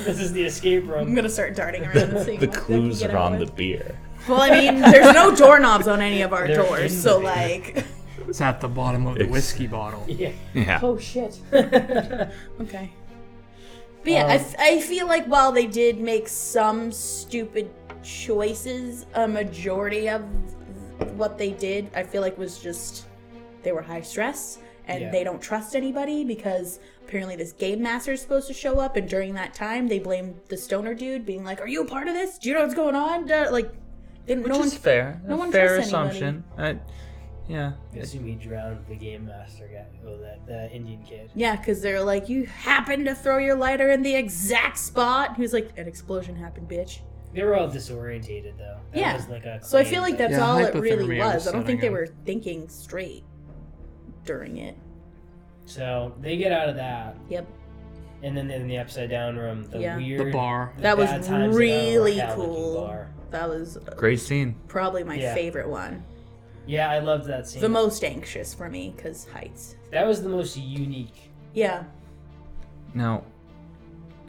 Speaker 1: This is the escape
Speaker 2: I'm
Speaker 1: room.
Speaker 2: gonna start darting around and seeing
Speaker 3: the
Speaker 2: what I can
Speaker 3: clues
Speaker 2: get
Speaker 3: are
Speaker 2: out
Speaker 3: on the
Speaker 2: with.
Speaker 3: beer.
Speaker 2: Well, I mean, there's no doorknobs on any of our
Speaker 1: They're in
Speaker 2: doors, so
Speaker 1: the-
Speaker 2: like.
Speaker 4: It's at the bottom of the
Speaker 3: It's-
Speaker 4: whiskey bottle.
Speaker 1: Yeah.
Speaker 3: Yeah.
Speaker 2: Oh shit. Okay. But
Speaker 1: Um,
Speaker 2: yeah, I f I I, feel like while they did make some stupid choices, a majority of what they did, I feel like was just they were high stress and
Speaker 1: Yeah.
Speaker 2: they don't trust anybody because apparently this game master is supposed to show up and during that time they blamed the stoner dude being like, "Are you a part of this? Do you know what's going on?" Da- Like, they,
Speaker 3: Which
Speaker 2: no one.
Speaker 3: is fair.
Speaker 2: no
Speaker 3: a
Speaker 2: one
Speaker 3: fair
Speaker 2: trusts anybody.
Speaker 3: assumption. I, yeah.
Speaker 1: I assume he drowned the game master guy, oh, that, that Indian kid.
Speaker 2: Yeah, because they're like, you happened to throw your lighter in the exact spot. Who's like, an explosion happened, bitch.
Speaker 1: They were all disorientated, though. That
Speaker 2: Yeah.
Speaker 1: Was like a
Speaker 2: So I
Speaker 1: claim
Speaker 2: feel like
Speaker 1: thing.
Speaker 2: that's
Speaker 4: Yeah,
Speaker 2: all it really
Speaker 4: hypothermia
Speaker 2: was.
Speaker 4: was
Speaker 2: I don't think they
Speaker 4: setting
Speaker 2: were
Speaker 4: in.
Speaker 2: thinking straight during it.
Speaker 1: So they get out of that,
Speaker 2: Yep.
Speaker 1: and then in the upside down room, the
Speaker 2: Yeah. The
Speaker 1: weird.
Speaker 4: The bar.
Speaker 2: That was
Speaker 1: bad times at El
Speaker 2: really
Speaker 1: Royale looking
Speaker 2: cool.
Speaker 1: bar.
Speaker 2: That was uh,
Speaker 3: Great scene.
Speaker 2: probably my
Speaker 1: Yeah.
Speaker 2: favorite one.
Speaker 1: Yeah, I loved that scene.
Speaker 2: The most anxious for me because heights.
Speaker 1: that was the most unique.
Speaker 2: Yeah.
Speaker 3: Now,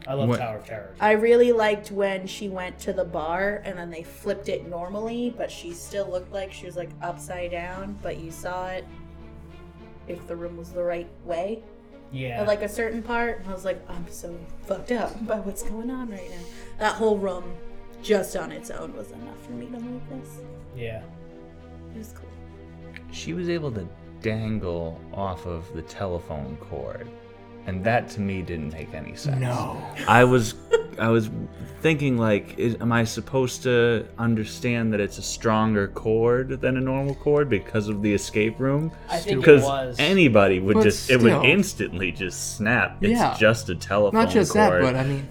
Speaker 1: I love
Speaker 3: What-
Speaker 1: Tower of Terror.
Speaker 2: I really liked when she went to the bar and then they flipped it normally, but she still looked like she was like upside down, but you saw it if the room was the right way.
Speaker 1: yeah.
Speaker 2: at like a certain part, and I was like, I'm so fucked up by what's going on right now. That whole room, just on its own, was enough for me to move this.
Speaker 1: yeah.
Speaker 2: It was cool.
Speaker 3: she was able to dangle off of the telephone cord. And that to me didn't make any sense.
Speaker 4: No.
Speaker 3: I was I was thinking like is, am I supposed to understand that it's a stronger chord than a normal chord because of the escape room?
Speaker 1: I think it
Speaker 3: Because
Speaker 1: was.
Speaker 3: anybody would
Speaker 4: But
Speaker 3: just it
Speaker 4: still.
Speaker 3: would instantly just snap. It's
Speaker 4: Yeah.
Speaker 3: just a telephone
Speaker 4: Not just that,
Speaker 3: cord.
Speaker 4: but I mean,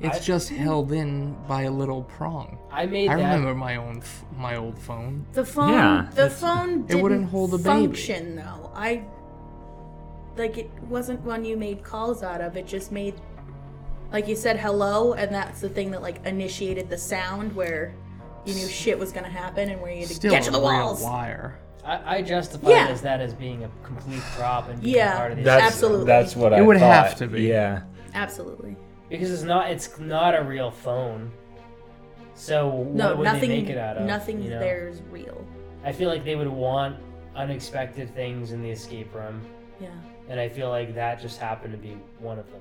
Speaker 4: it's
Speaker 1: I-
Speaker 4: just held in by a little prong.
Speaker 1: I made
Speaker 4: I
Speaker 1: that.
Speaker 4: remember my own f- my old phone.
Speaker 2: The phone,
Speaker 3: Yeah,
Speaker 2: the phone didn't
Speaker 4: wouldn't hold a baby.
Speaker 2: function though. I like it wasn't one you made calls out of. It just made, like you said, hello, and that's the thing that like initiated the sound where you knew shit was gonna happen and where you had to
Speaker 4: Still
Speaker 2: get to the
Speaker 4: a real
Speaker 2: walls.
Speaker 4: wire.
Speaker 1: I, I justified
Speaker 2: Yeah.
Speaker 1: as that as being a complete prop and being
Speaker 2: Yeah.
Speaker 1: part of the
Speaker 3: that's,
Speaker 2: Absolutely.
Speaker 3: That's what
Speaker 4: It
Speaker 3: I
Speaker 4: would have
Speaker 3: thought.
Speaker 4: to be.
Speaker 3: Yeah.
Speaker 2: Absolutely.
Speaker 1: because it's not it's not a real phone. So
Speaker 2: No,
Speaker 1: what would
Speaker 2: nothing.
Speaker 1: they make it out of?
Speaker 2: nothing's
Speaker 1: you know?
Speaker 2: there's real.
Speaker 1: I feel like they would want unexpected things in the escape room,
Speaker 2: Yeah.
Speaker 1: and I feel like that just happened to be one of them.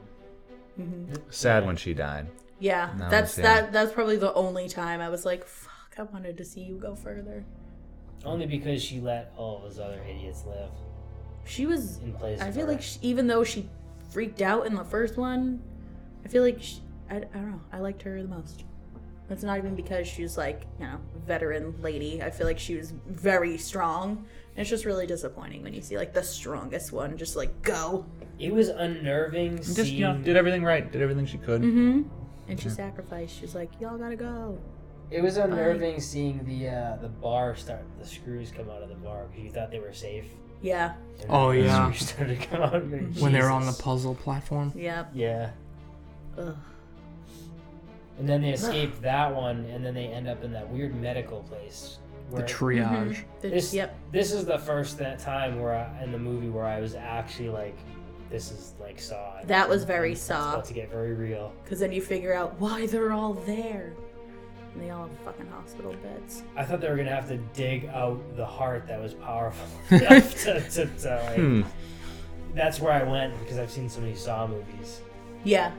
Speaker 2: hmm
Speaker 3: Sad when she died.
Speaker 2: Yeah,
Speaker 3: That
Speaker 2: that's
Speaker 3: was- yeah.
Speaker 2: that. That's probably the only time I was like, "Fuck, I wanted to see you go further."
Speaker 1: Only because she let all of those other idiots live.
Speaker 2: She was.
Speaker 1: in place.
Speaker 2: I
Speaker 1: of
Speaker 2: feel
Speaker 1: her.
Speaker 2: like she, even though she freaked out in the first one, I feel like she, I, I don't know. I liked her the most. That's not even because she's like you know veteran lady. I feel like she was very strong. And it's just really disappointing when you see like the strongest one just like go.
Speaker 1: it was unnerving
Speaker 3: Just
Speaker 1: seeing
Speaker 3: you know, did everything right. Did everything she
Speaker 4: Mm.
Speaker 3: could.
Speaker 2: Mm-hmm. And she sacrificed. She's like, y'all gotta go.
Speaker 1: It was unnerving seeing the uh, the bar start the screws come out of the bar because you thought they were safe.
Speaker 2: Yeah.
Speaker 1: And
Speaker 4: Oh,
Speaker 1: the
Speaker 4: yeah.
Speaker 1: screws started to come out. and you're like,
Speaker 4: when they were on the
Speaker 1: "Jesus."
Speaker 4: puzzle platform.
Speaker 2: Yep.
Speaker 1: Yeah,
Speaker 2: Ugh.
Speaker 1: and then they escaped that one, and then they end up in that weird medical place.
Speaker 4: The
Speaker 1: Where
Speaker 4: triage.
Speaker 2: The-
Speaker 1: This,
Speaker 2: yep.
Speaker 1: this is the first that time where I, in the movie where I was actually like, "This is like Saw."
Speaker 2: That was very
Speaker 1: It's
Speaker 2: Saw.
Speaker 1: about to get very real.
Speaker 2: Because then you figure out why they're all there. And they all have fucking hospital beds.
Speaker 1: I thought they were gonna have to dig out the heart that was powerful enough to, to, to like,
Speaker 3: Hmm.
Speaker 1: That's where I went because I've seen so many Saw movies.
Speaker 2: Yeah.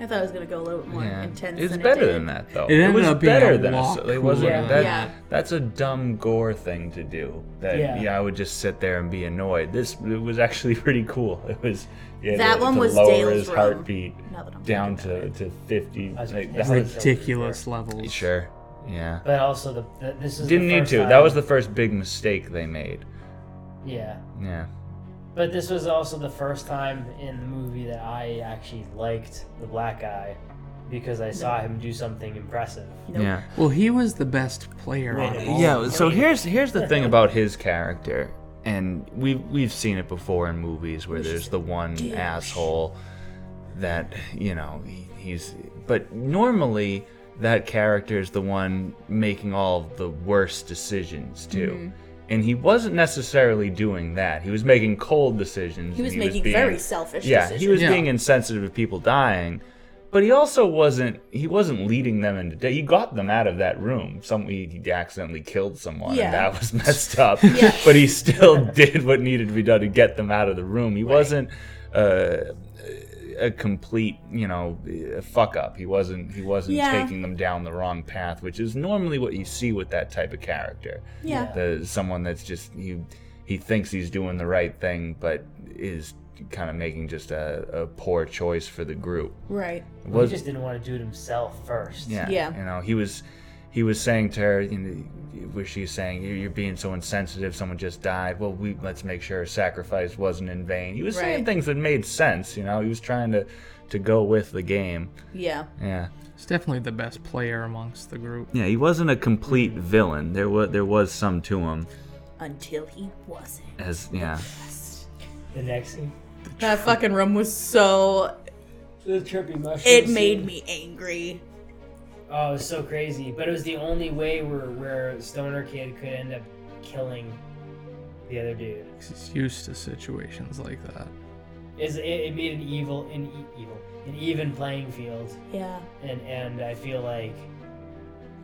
Speaker 2: I thought it was going to go a little bit more
Speaker 3: Yeah.
Speaker 2: intense.
Speaker 3: It's
Speaker 2: than
Speaker 3: better
Speaker 2: it did.
Speaker 3: than that though.
Speaker 4: It ended
Speaker 3: was
Speaker 4: up being
Speaker 3: better
Speaker 4: a
Speaker 3: than
Speaker 4: lot
Speaker 3: it wasn't.
Speaker 4: cooler.
Speaker 3: That,
Speaker 2: Yeah.
Speaker 3: That's a dumb gore thing to do. That
Speaker 1: Yeah.
Speaker 3: yeah. I would just sit there and be annoyed. This it was actually pretty cool. It was yeah,
Speaker 2: That
Speaker 3: to,
Speaker 2: one
Speaker 3: to
Speaker 2: was
Speaker 3: lower
Speaker 2: Dale's
Speaker 3: his
Speaker 2: room.
Speaker 3: heartbeat
Speaker 2: Now that I'm
Speaker 3: down
Speaker 2: thinking about
Speaker 3: to, to fifty.
Speaker 1: I was
Speaker 3: Like,
Speaker 1: gonna
Speaker 3: that
Speaker 1: say-
Speaker 3: was,
Speaker 4: Ridiculous levels.
Speaker 3: sure. Yeah.
Speaker 1: But also, the, the this is
Speaker 3: Didn't
Speaker 1: the
Speaker 3: need
Speaker 1: first
Speaker 3: to.
Speaker 1: Time,
Speaker 3: That was the first big mistake they made.
Speaker 1: yeah.
Speaker 3: Yeah.
Speaker 1: But this was also the first time in the movie that I actually liked the black guy because I saw him do something impressive.
Speaker 2: it. Nope.
Speaker 3: Yeah.
Speaker 4: Well, he was the best player on
Speaker 1: Right.
Speaker 4: all.
Speaker 1: Oh,
Speaker 3: yeah so
Speaker 1: yeah.
Speaker 3: here's here's the thing about his character and we've we've seen it before in movies where there's the one asshole that you know he, he's but normally that character is the one making all the worst decisions too
Speaker 2: Mm-hmm.
Speaker 3: and he wasn't necessarily doing that he was making cold decisions
Speaker 2: He was
Speaker 3: and
Speaker 2: making
Speaker 3: being-
Speaker 2: very selfish
Speaker 3: yeah
Speaker 2: decisions.
Speaker 3: he was
Speaker 4: Yeah.
Speaker 3: being insensitive to people dying but he also wasn't he wasn't leading them into death. He got them out of that room. Some he, he accidentally killed someone
Speaker 2: Yeah.
Speaker 3: and that was messed up.
Speaker 2: Yeah.
Speaker 3: But he still did what needed to be done to get them out of the room. He wasn't uh, a complete, you know, uh, fuck up. He wasn't he wasn't
Speaker 2: Yeah.
Speaker 3: taking them down the wrong path, which is normally what you see with that type of character.
Speaker 2: Yeah.
Speaker 3: The someone that's just he he thinks he's doing the right thing but is kind of making just a, a poor choice for the group.
Speaker 2: Right.
Speaker 1: he just didn't want to do it himself first.
Speaker 3: Yeah.
Speaker 2: Yeah.
Speaker 3: You know, he was he was saying to her, you know, where she's saying "You- you're being so insensitive. Someone just died. Well, we let's make sure her sacrifice wasn't in vain. He was saying
Speaker 2: Right.
Speaker 3: things that made sense. You know, he was trying to to go with the game.
Speaker 2: Yeah.
Speaker 3: Yeah.
Speaker 4: He's definitely the best player amongst the group.
Speaker 3: Yeah. He wasn't a complete villain. There was there was some to him.
Speaker 2: Until he wasn't.
Speaker 3: As yeah.
Speaker 1: The next scene.
Speaker 2: That fucking room was so.
Speaker 1: The trippy mushroom.
Speaker 2: It
Speaker 1: scene.
Speaker 2: made me angry.
Speaker 1: Oh, it was so crazy. But it was the only way where where Stoner Kid could end up killing the other dude.
Speaker 4: 'cause He's used to situations like that.
Speaker 1: Is it, it made an evil an e- evil an even playing field,
Speaker 2: Yeah.
Speaker 1: and and I feel like,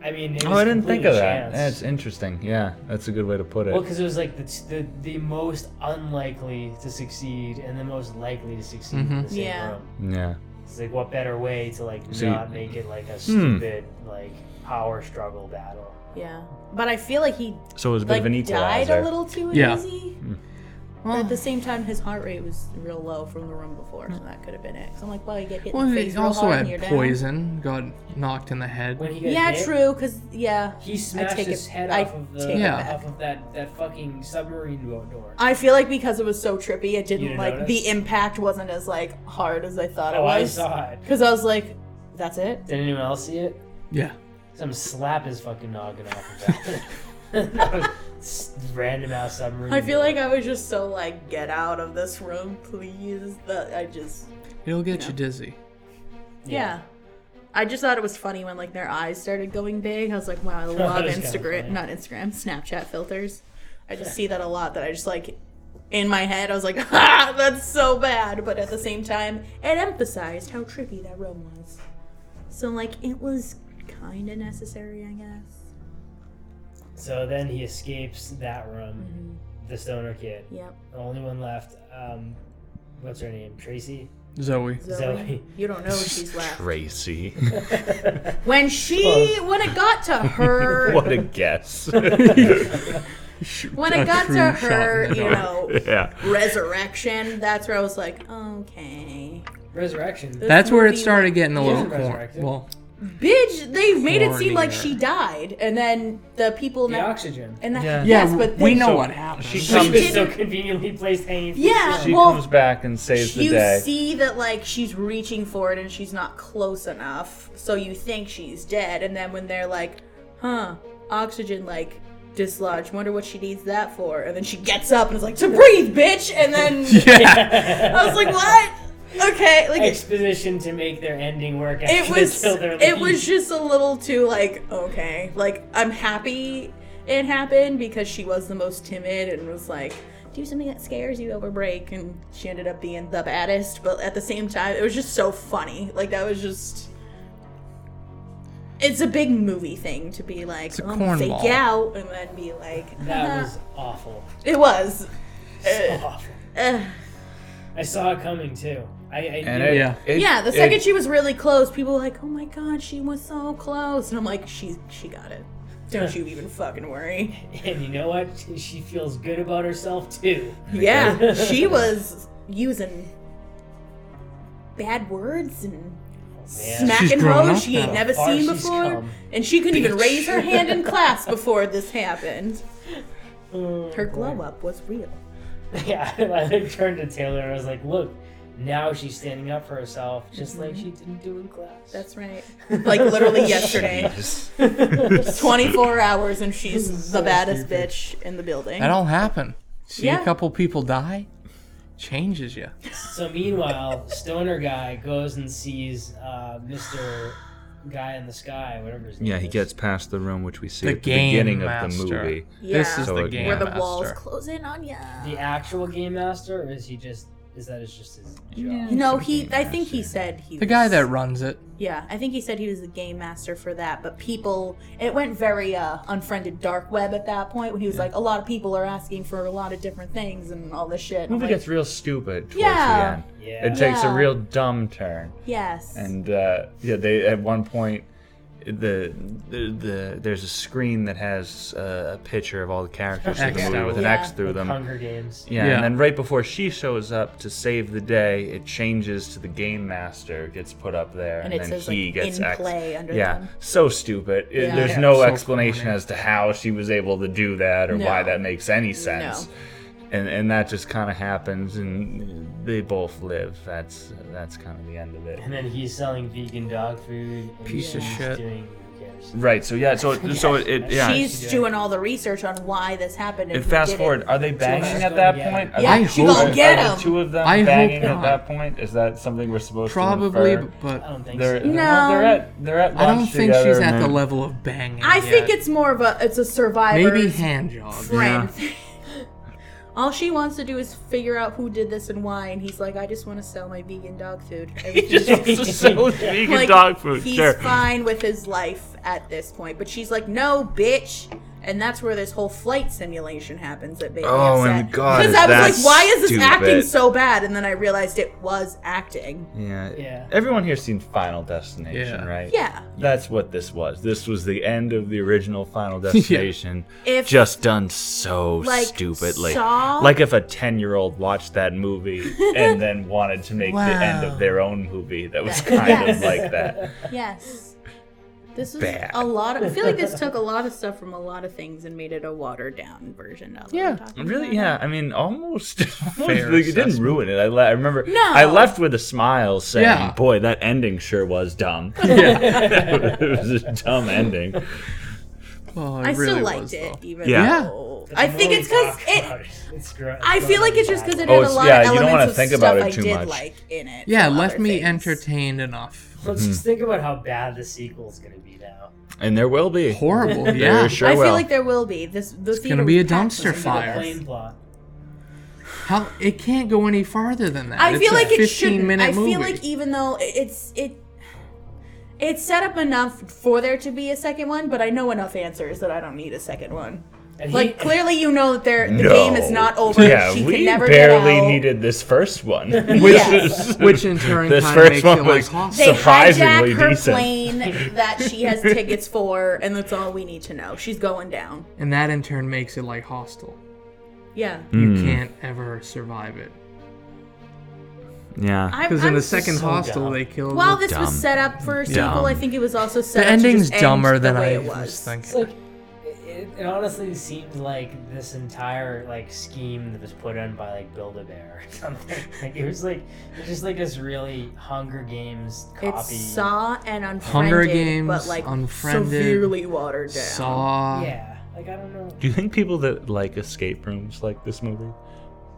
Speaker 1: I mean, it
Speaker 3: Oh,
Speaker 1: was
Speaker 3: I didn't think
Speaker 1: completely
Speaker 3: of that.
Speaker 1: chance.
Speaker 3: That's interesting. Yeah, that's a good way to put it.
Speaker 1: Well, because it was like the, t- the the most unlikely to succeed and the most likely to succeed in
Speaker 4: Mhm.
Speaker 1: the same
Speaker 2: Yeah.
Speaker 1: room.
Speaker 3: yeah.
Speaker 1: It's like what better way to like
Speaker 3: So you-
Speaker 1: not make it like a stupid like power struggle battle.
Speaker 2: Yeah. But I feel like he
Speaker 3: So it was a bit
Speaker 2: like
Speaker 3: of an
Speaker 2: died
Speaker 3: equalizer.
Speaker 2: a little too
Speaker 4: Yeah.
Speaker 2: easy. But
Speaker 4: Well,
Speaker 2: at the same time, his heart rate was real low from the room before, so that could have been it. 'Cause I'm like, well, you get hit
Speaker 4: well
Speaker 2: in the
Speaker 4: he
Speaker 2: face real
Speaker 4: also
Speaker 2: hard and you're
Speaker 4: had
Speaker 2: down.
Speaker 4: poison, got knocked in the head.
Speaker 1: When he got
Speaker 2: Yeah,
Speaker 1: hit,
Speaker 2: true. Cause yeah,
Speaker 1: He smashed
Speaker 2: take
Speaker 1: his
Speaker 2: it-
Speaker 1: head
Speaker 2: I
Speaker 1: off of the
Speaker 2: take it
Speaker 4: Yeah.
Speaker 1: off of that that fucking submarine boat door.
Speaker 2: I feel like because it was so trippy, it didn't,
Speaker 1: You didn't
Speaker 2: like
Speaker 1: notice?
Speaker 2: the impact wasn't as like hard as I thought it
Speaker 1: oh, I
Speaker 2: was.
Speaker 1: saw it.
Speaker 2: Cause I was like, that's it.
Speaker 1: Did anyone else see it?
Speaker 4: Yeah.
Speaker 1: Some slap his fucking noggin off of that. that was s- random ass submarine.
Speaker 2: I feel
Speaker 1: boat.
Speaker 2: like I was just so like, get out of this room, please. That I just
Speaker 4: It'll get you
Speaker 2: Yeah.
Speaker 4: dizzy.
Speaker 2: yeah. I just thought it was funny when like their eyes started going big. I was like, wow, I love
Speaker 1: is kinda
Speaker 2: Instagram,
Speaker 1: funny.
Speaker 2: not Instagram, Snapchat filters. I just see that a lot. That I just like in my head, I was like, ah, that's so bad. But at the same time, it emphasized how trippy that room was. So like, it was kind of necessary, I guess.
Speaker 1: So then he escapes that room,
Speaker 2: Mm-hmm.
Speaker 1: the stoner kid.
Speaker 2: Yep.
Speaker 1: The only one left, um, what's her name? Tracy?
Speaker 4: Zoe.
Speaker 2: Zoe,
Speaker 1: Zoe.
Speaker 2: you don't know she's left.
Speaker 3: Tracy.
Speaker 2: When she, when it got to her,
Speaker 3: what a guess.
Speaker 2: When it got to her, you know,
Speaker 3: Yeah.
Speaker 2: resurrection, that's where I was like, okay.
Speaker 1: Resurrection.
Speaker 2: This
Speaker 4: That's where it
Speaker 2: movie-
Speaker 4: started getting a
Speaker 1: Yeah.
Speaker 4: little corn.
Speaker 1: Resurrected.
Speaker 4: Well,
Speaker 2: Bitch, they made it seem
Speaker 4: Warning
Speaker 2: like
Speaker 4: her.
Speaker 2: she died, and then the people
Speaker 1: The
Speaker 2: now.
Speaker 1: oxygen.
Speaker 2: And that,
Speaker 3: Yeah.
Speaker 2: yes, but
Speaker 4: we
Speaker 2: they-
Speaker 4: know
Speaker 3: So,
Speaker 4: what happened.
Speaker 3: she
Speaker 1: She
Speaker 3: comes-
Speaker 1: was so
Speaker 2: didn't-
Speaker 1: conveniently placed hanging. from
Speaker 2: Yeah,
Speaker 1: the
Speaker 3: She
Speaker 2: well,
Speaker 3: comes back and saves the
Speaker 2: you
Speaker 3: day.
Speaker 2: see that like she's reaching for it and she's not close enough so you think she's dead and then when they're like huh oxygen like dislodged wonder what she needs that for and then she gets up and is like to breathe bitch and then
Speaker 4: yeah.
Speaker 1: sun.
Speaker 2: i was like what okay like it,
Speaker 1: Exposition to make their ending work.
Speaker 2: it
Speaker 1: after they
Speaker 2: was
Speaker 1: kill their
Speaker 2: it
Speaker 1: lead.
Speaker 2: was just a little too like okay like i'm happy it happened because she was the most timid and was like do something that scares you over break and she ended up being the baddest but at the same time it was just so funny like that was just it's a big movie thing to be like
Speaker 4: a
Speaker 2: "Oh, I'm gonna fake
Speaker 4: cornball.
Speaker 2: out and then be like
Speaker 1: That was awful.
Speaker 2: it was Uh,
Speaker 1: awful.
Speaker 2: Ugh.
Speaker 1: I saw it coming too. I, I
Speaker 3: and
Speaker 1: knew
Speaker 3: it,
Speaker 1: it.
Speaker 4: Yeah.
Speaker 3: it-
Speaker 2: yeah the
Speaker 3: it-
Speaker 2: second she was really close people were like oh my god she was so close and i'm like she she got it don't you even fucking worry
Speaker 1: And you know what? She feels good about herself too.
Speaker 2: Yeah, she was using bad words and
Speaker 4: She's
Speaker 2: smacking
Speaker 4: grown
Speaker 2: hoes
Speaker 4: up
Speaker 2: she ain't
Speaker 4: now.
Speaker 2: never
Speaker 1: Far
Speaker 2: seen
Speaker 1: she's
Speaker 2: before.
Speaker 1: come.
Speaker 2: And she couldn't even
Speaker 1: Bitch.
Speaker 2: raise her hand in class before this happened.
Speaker 1: Oh,
Speaker 2: Her glow
Speaker 1: boy.
Speaker 2: up was real.
Speaker 1: Yeah, I turned to Taylor and I was like, "Look, now she's standing up for herself, just like she didn't do in class."
Speaker 2: Mm-hmm. That's right. Like literally yesterday.
Speaker 3: Yes.
Speaker 2: 24 hours and she's the baddest bitch in the building.
Speaker 4: That all happened. See
Speaker 2: Yeah.
Speaker 4: a couple people die, changes you.
Speaker 1: so. Meanwhile, Stoner guy goes and sees uh, Mister Guy in the Sky, whatever his name.
Speaker 3: Yeah, he
Speaker 1: is.
Speaker 3: gets past the room, which we see
Speaker 4: The
Speaker 3: at the
Speaker 4: game
Speaker 3: beginning of the
Speaker 4: master.
Speaker 3: movie.
Speaker 2: Yeah.
Speaker 4: This is
Speaker 3: So
Speaker 4: the
Speaker 3: it-
Speaker 4: game
Speaker 2: Where the
Speaker 4: master.
Speaker 2: walls close in on ya.
Speaker 1: the actual game master, or is he just? Is that is just his job?
Speaker 2: No, he. I think he said he.
Speaker 4: The guy
Speaker 2: was-
Speaker 4: that runs it.
Speaker 2: Yeah, I think he said he was the game master for that, but people it went very uh, unfriended dark web at that point when he was like, a lot of people are asking for a lot of different things and all this shit.
Speaker 3: The
Speaker 2: I'm
Speaker 3: movie
Speaker 2: like,
Speaker 3: gets real stupid towards
Speaker 2: Yeah.
Speaker 3: the end.
Speaker 1: Yeah.
Speaker 3: It takes a
Speaker 2: Yeah.
Speaker 3: real dumb turn.
Speaker 2: yes,
Speaker 3: And uh, yeah, they at one point the, the the there's a screen that has uh, a picture of all the characters in the
Speaker 4: Xed
Speaker 3: movie with an
Speaker 2: out.
Speaker 3: X through
Speaker 1: Like
Speaker 3: them.
Speaker 1: Hunger Games.
Speaker 3: Yeah,
Speaker 4: Yeah.
Speaker 3: and then right before she shows up to save the day, it changes to the game master gets put up there,
Speaker 2: And
Speaker 3: and,
Speaker 2: it
Speaker 3: then
Speaker 2: says,
Speaker 3: he
Speaker 2: like,
Speaker 3: gets
Speaker 2: in
Speaker 3: X.
Speaker 2: play under
Speaker 3: yeah,
Speaker 2: them.
Speaker 3: so stupid. It-
Speaker 2: Yeah.
Speaker 3: There's
Speaker 4: Yeah,
Speaker 3: no
Speaker 4: so
Speaker 3: explanation
Speaker 4: corny.
Speaker 3: as to how she was able to do that or why
Speaker 2: No.
Speaker 3: that makes any sense.
Speaker 2: No.
Speaker 3: And and that just kind of happens, and they both live. That's that's kind of the end of it.
Speaker 1: And then he's selling vegan dog food. And
Speaker 4: Piece of
Speaker 1: she's
Speaker 4: shit.
Speaker 1: Doing, who cares?
Speaker 3: Right. So yeah. So so it, it yeah.
Speaker 2: she's
Speaker 1: she did.
Speaker 2: doing all the research on why this happened. And
Speaker 3: And
Speaker 2: who
Speaker 3: fast
Speaker 2: did
Speaker 3: forward,
Speaker 2: it.
Speaker 3: are they banging
Speaker 1: Sure.
Speaker 3: at that
Speaker 1: Yeah.
Speaker 3: point? Are
Speaker 2: yeah,
Speaker 4: I
Speaker 2: she
Speaker 4: hope-
Speaker 2: gonna
Speaker 3: Are-
Speaker 2: get
Speaker 3: are the
Speaker 2: him.
Speaker 3: two of them
Speaker 4: I hope
Speaker 3: banging at
Speaker 4: not.
Speaker 3: that point? Is that something we're supposed
Speaker 4: Probably,
Speaker 3: to infer?
Speaker 1: I
Speaker 4: but
Speaker 1: don't think
Speaker 3: They're,
Speaker 1: so.
Speaker 2: No.
Speaker 3: they're at they're at
Speaker 4: I don't
Speaker 3: lunch
Speaker 4: think
Speaker 3: together
Speaker 4: she's at
Speaker 3: and
Speaker 4: the
Speaker 3: then-
Speaker 4: level of banging.
Speaker 2: I think
Speaker 4: yet.
Speaker 2: it's more of a it's a survivor
Speaker 4: maybe hand job.
Speaker 2: friend. thing. All she wants to do is figure out who did this and why, and he's like, I just want to sell my vegan dog food. Everything
Speaker 3: vegan
Speaker 2: like, He's fine with his life at this point, but she's like, "No, bitch." And that's where this whole flight simulation happens at Baby
Speaker 3: Oh, and God,
Speaker 2: Because I was
Speaker 3: that's
Speaker 2: like, "Why is this acting
Speaker 3: stupid.
Speaker 2: so bad?" And then I realized it was acting.
Speaker 3: Yeah.
Speaker 1: Yeah.
Speaker 3: Everyone here's seen Final Destination,
Speaker 4: Yeah.
Speaker 3: right?
Speaker 2: Yeah.
Speaker 3: That's what this was. This was the end of the original Final Destination,
Speaker 2: If
Speaker 3: just done so
Speaker 2: Like,
Speaker 3: stupidly.
Speaker 2: Saw-
Speaker 3: Like if a ten-year-old watched that movie and then wanted to make the end
Speaker 4: Wow.
Speaker 3: of their own movie. That was
Speaker 2: That-
Speaker 3: kind
Speaker 2: yes.
Speaker 3: of like that.
Speaker 2: yes, this is
Speaker 3: Bad.
Speaker 2: a lot. Of, I feel like this took a lot of stuff from a lot of things and made it a watered down version of. what
Speaker 4: Yeah.
Speaker 2: we're talking
Speaker 3: Really?
Speaker 2: about.
Speaker 3: Yeah. I mean, almost.
Speaker 4: Fair
Speaker 3: almost like, it didn't
Speaker 4: assessment.
Speaker 3: ruin it. I, le- I remember.
Speaker 2: No.
Speaker 3: I left with a smile, saying,
Speaker 4: Yeah.
Speaker 3: "Boy, that ending sure was dumb.
Speaker 4: Yeah.
Speaker 3: it was a dumb ending."
Speaker 4: Well, it
Speaker 2: I
Speaker 4: really
Speaker 2: still liked
Speaker 4: was,
Speaker 2: it,
Speaker 4: though.
Speaker 2: even
Speaker 3: Yeah.
Speaker 2: though
Speaker 1: But
Speaker 2: I
Speaker 1: the
Speaker 2: think
Speaker 1: more
Speaker 2: it's
Speaker 1: we
Speaker 2: because
Speaker 1: talk
Speaker 2: it.
Speaker 1: about It's gro-
Speaker 2: I feel like it's just because it had a
Speaker 3: Oh, it's-
Speaker 2: lot
Speaker 3: yeah,
Speaker 2: of
Speaker 3: you don't
Speaker 2: elements
Speaker 3: wanna
Speaker 2: of
Speaker 3: think
Speaker 2: stuff
Speaker 3: about it
Speaker 2: I
Speaker 3: too
Speaker 2: did
Speaker 3: much.
Speaker 2: like in it.
Speaker 4: Yeah,
Speaker 2: from
Speaker 4: left
Speaker 2: other
Speaker 4: me
Speaker 2: things.
Speaker 4: entertained enough.
Speaker 1: Let's
Speaker 3: Mm-hmm.
Speaker 1: just think about how bad the sequel's gonna be now.
Speaker 3: And there will be
Speaker 4: Horrible.
Speaker 3: There
Speaker 4: Yeah.
Speaker 3: sure
Speaker 2: I feel
Speaker 3: will.
Speaker 2: like there will be this. The it's
Speaker 4: gonna be a dumpster
Speaker 1: Think of the
Speaker 4: fire.
Speaker 1: Plane plot.
Speaker 4: How it can't go any farther than that.
Speaker 2: I
Speaker 4: It's
Speaker 2: feel
Speaker 4: a
Speaker 2: like it
Speaker 4: 15
Speaker 2: should.
Speaker 4: minute
Speaker 2: I feel
Speaker 4: movie.
Speaker 2: like even though it- it's it, it's set up enough for there to be a second one, but I know enough answers that I don't need a second one.
Speaker 1: And he,
Speaker 2: Like clearly, you know that they're, the game is not over.
Speaker 5: Yeah,
Speaker 2: she
Speaker 5: we
Speaker 2: can never
Speaker 5: barely
Speaker 2: get out.
Speaker 5: needed this first one, which
Speaker 2: Yes.
Speaker 5: is
Speaker 4: Which in turn
Speaker 5: this
Speaker 4: kinda
Speaker 5: first
Speaker 4: makes
Speaker 5: one
Speaker 4: you
Speaker 5: was
Speaker 4: like, huh?
Speaker 2: they
Speaker 5: surprisingly
Speaker 2: hijack her
Speaker 5: decent.
Speaker 2: plane that she has tickets for, and that's all we need to know. She's going down.
Speaker 4: and that in turn makes it like hostile.
Speaker 2: Yeah,
Speaker 4: You
Speaker 5: Hmm.
Speaker 4: can't ever survive it
Speaker 3: Yeah.
Speaker 2: I'm.
Speaker 4: because in
Speaker 2: I'm
Speaker 4: the second
Speaker 1: so
Speaker 4: hostel
Speaker 1: dumb.
Speaker 4: they killed.
Speaker 2: While
Speaker 4: the-
Speaker 2: this
Speaker 3: Dumb.
Speaker 2: was set up for a sequel,
Speaker 3: Dumb.
Speaker 2: I think it was also set
Speaker 4: the
Speaker 2: up to
Speaker 4: ending's
Speaker 2: just end
Speaker 4: dumber
Speaker 2: the
Speaker 4: than
Speaker 2: way
Speaker 4: I
Speaker 2: it
Speaker 4: was
Speaker 2: was.
Speaker 1: it's
Speaker 4: thinking.
Speaker 1: like it, it honestly seemed like this entire like scheme that was put on by like Build a Bear or something. Like it was like it was just like this really Hunger Games copy.
Speaker 2: It's Saw and Unfriended,
Speaker 4: Hunger
Speaker 2: but
Speaker 4: Games,
Speaker 2: like
Speaker 4: Unfriended,
Speaker 2: severely watered down.
Speaker 4: Saw.
Speaker 1: yeah, like I don't know.
Speaker 5: Do you think people that like escape rooms like this movie?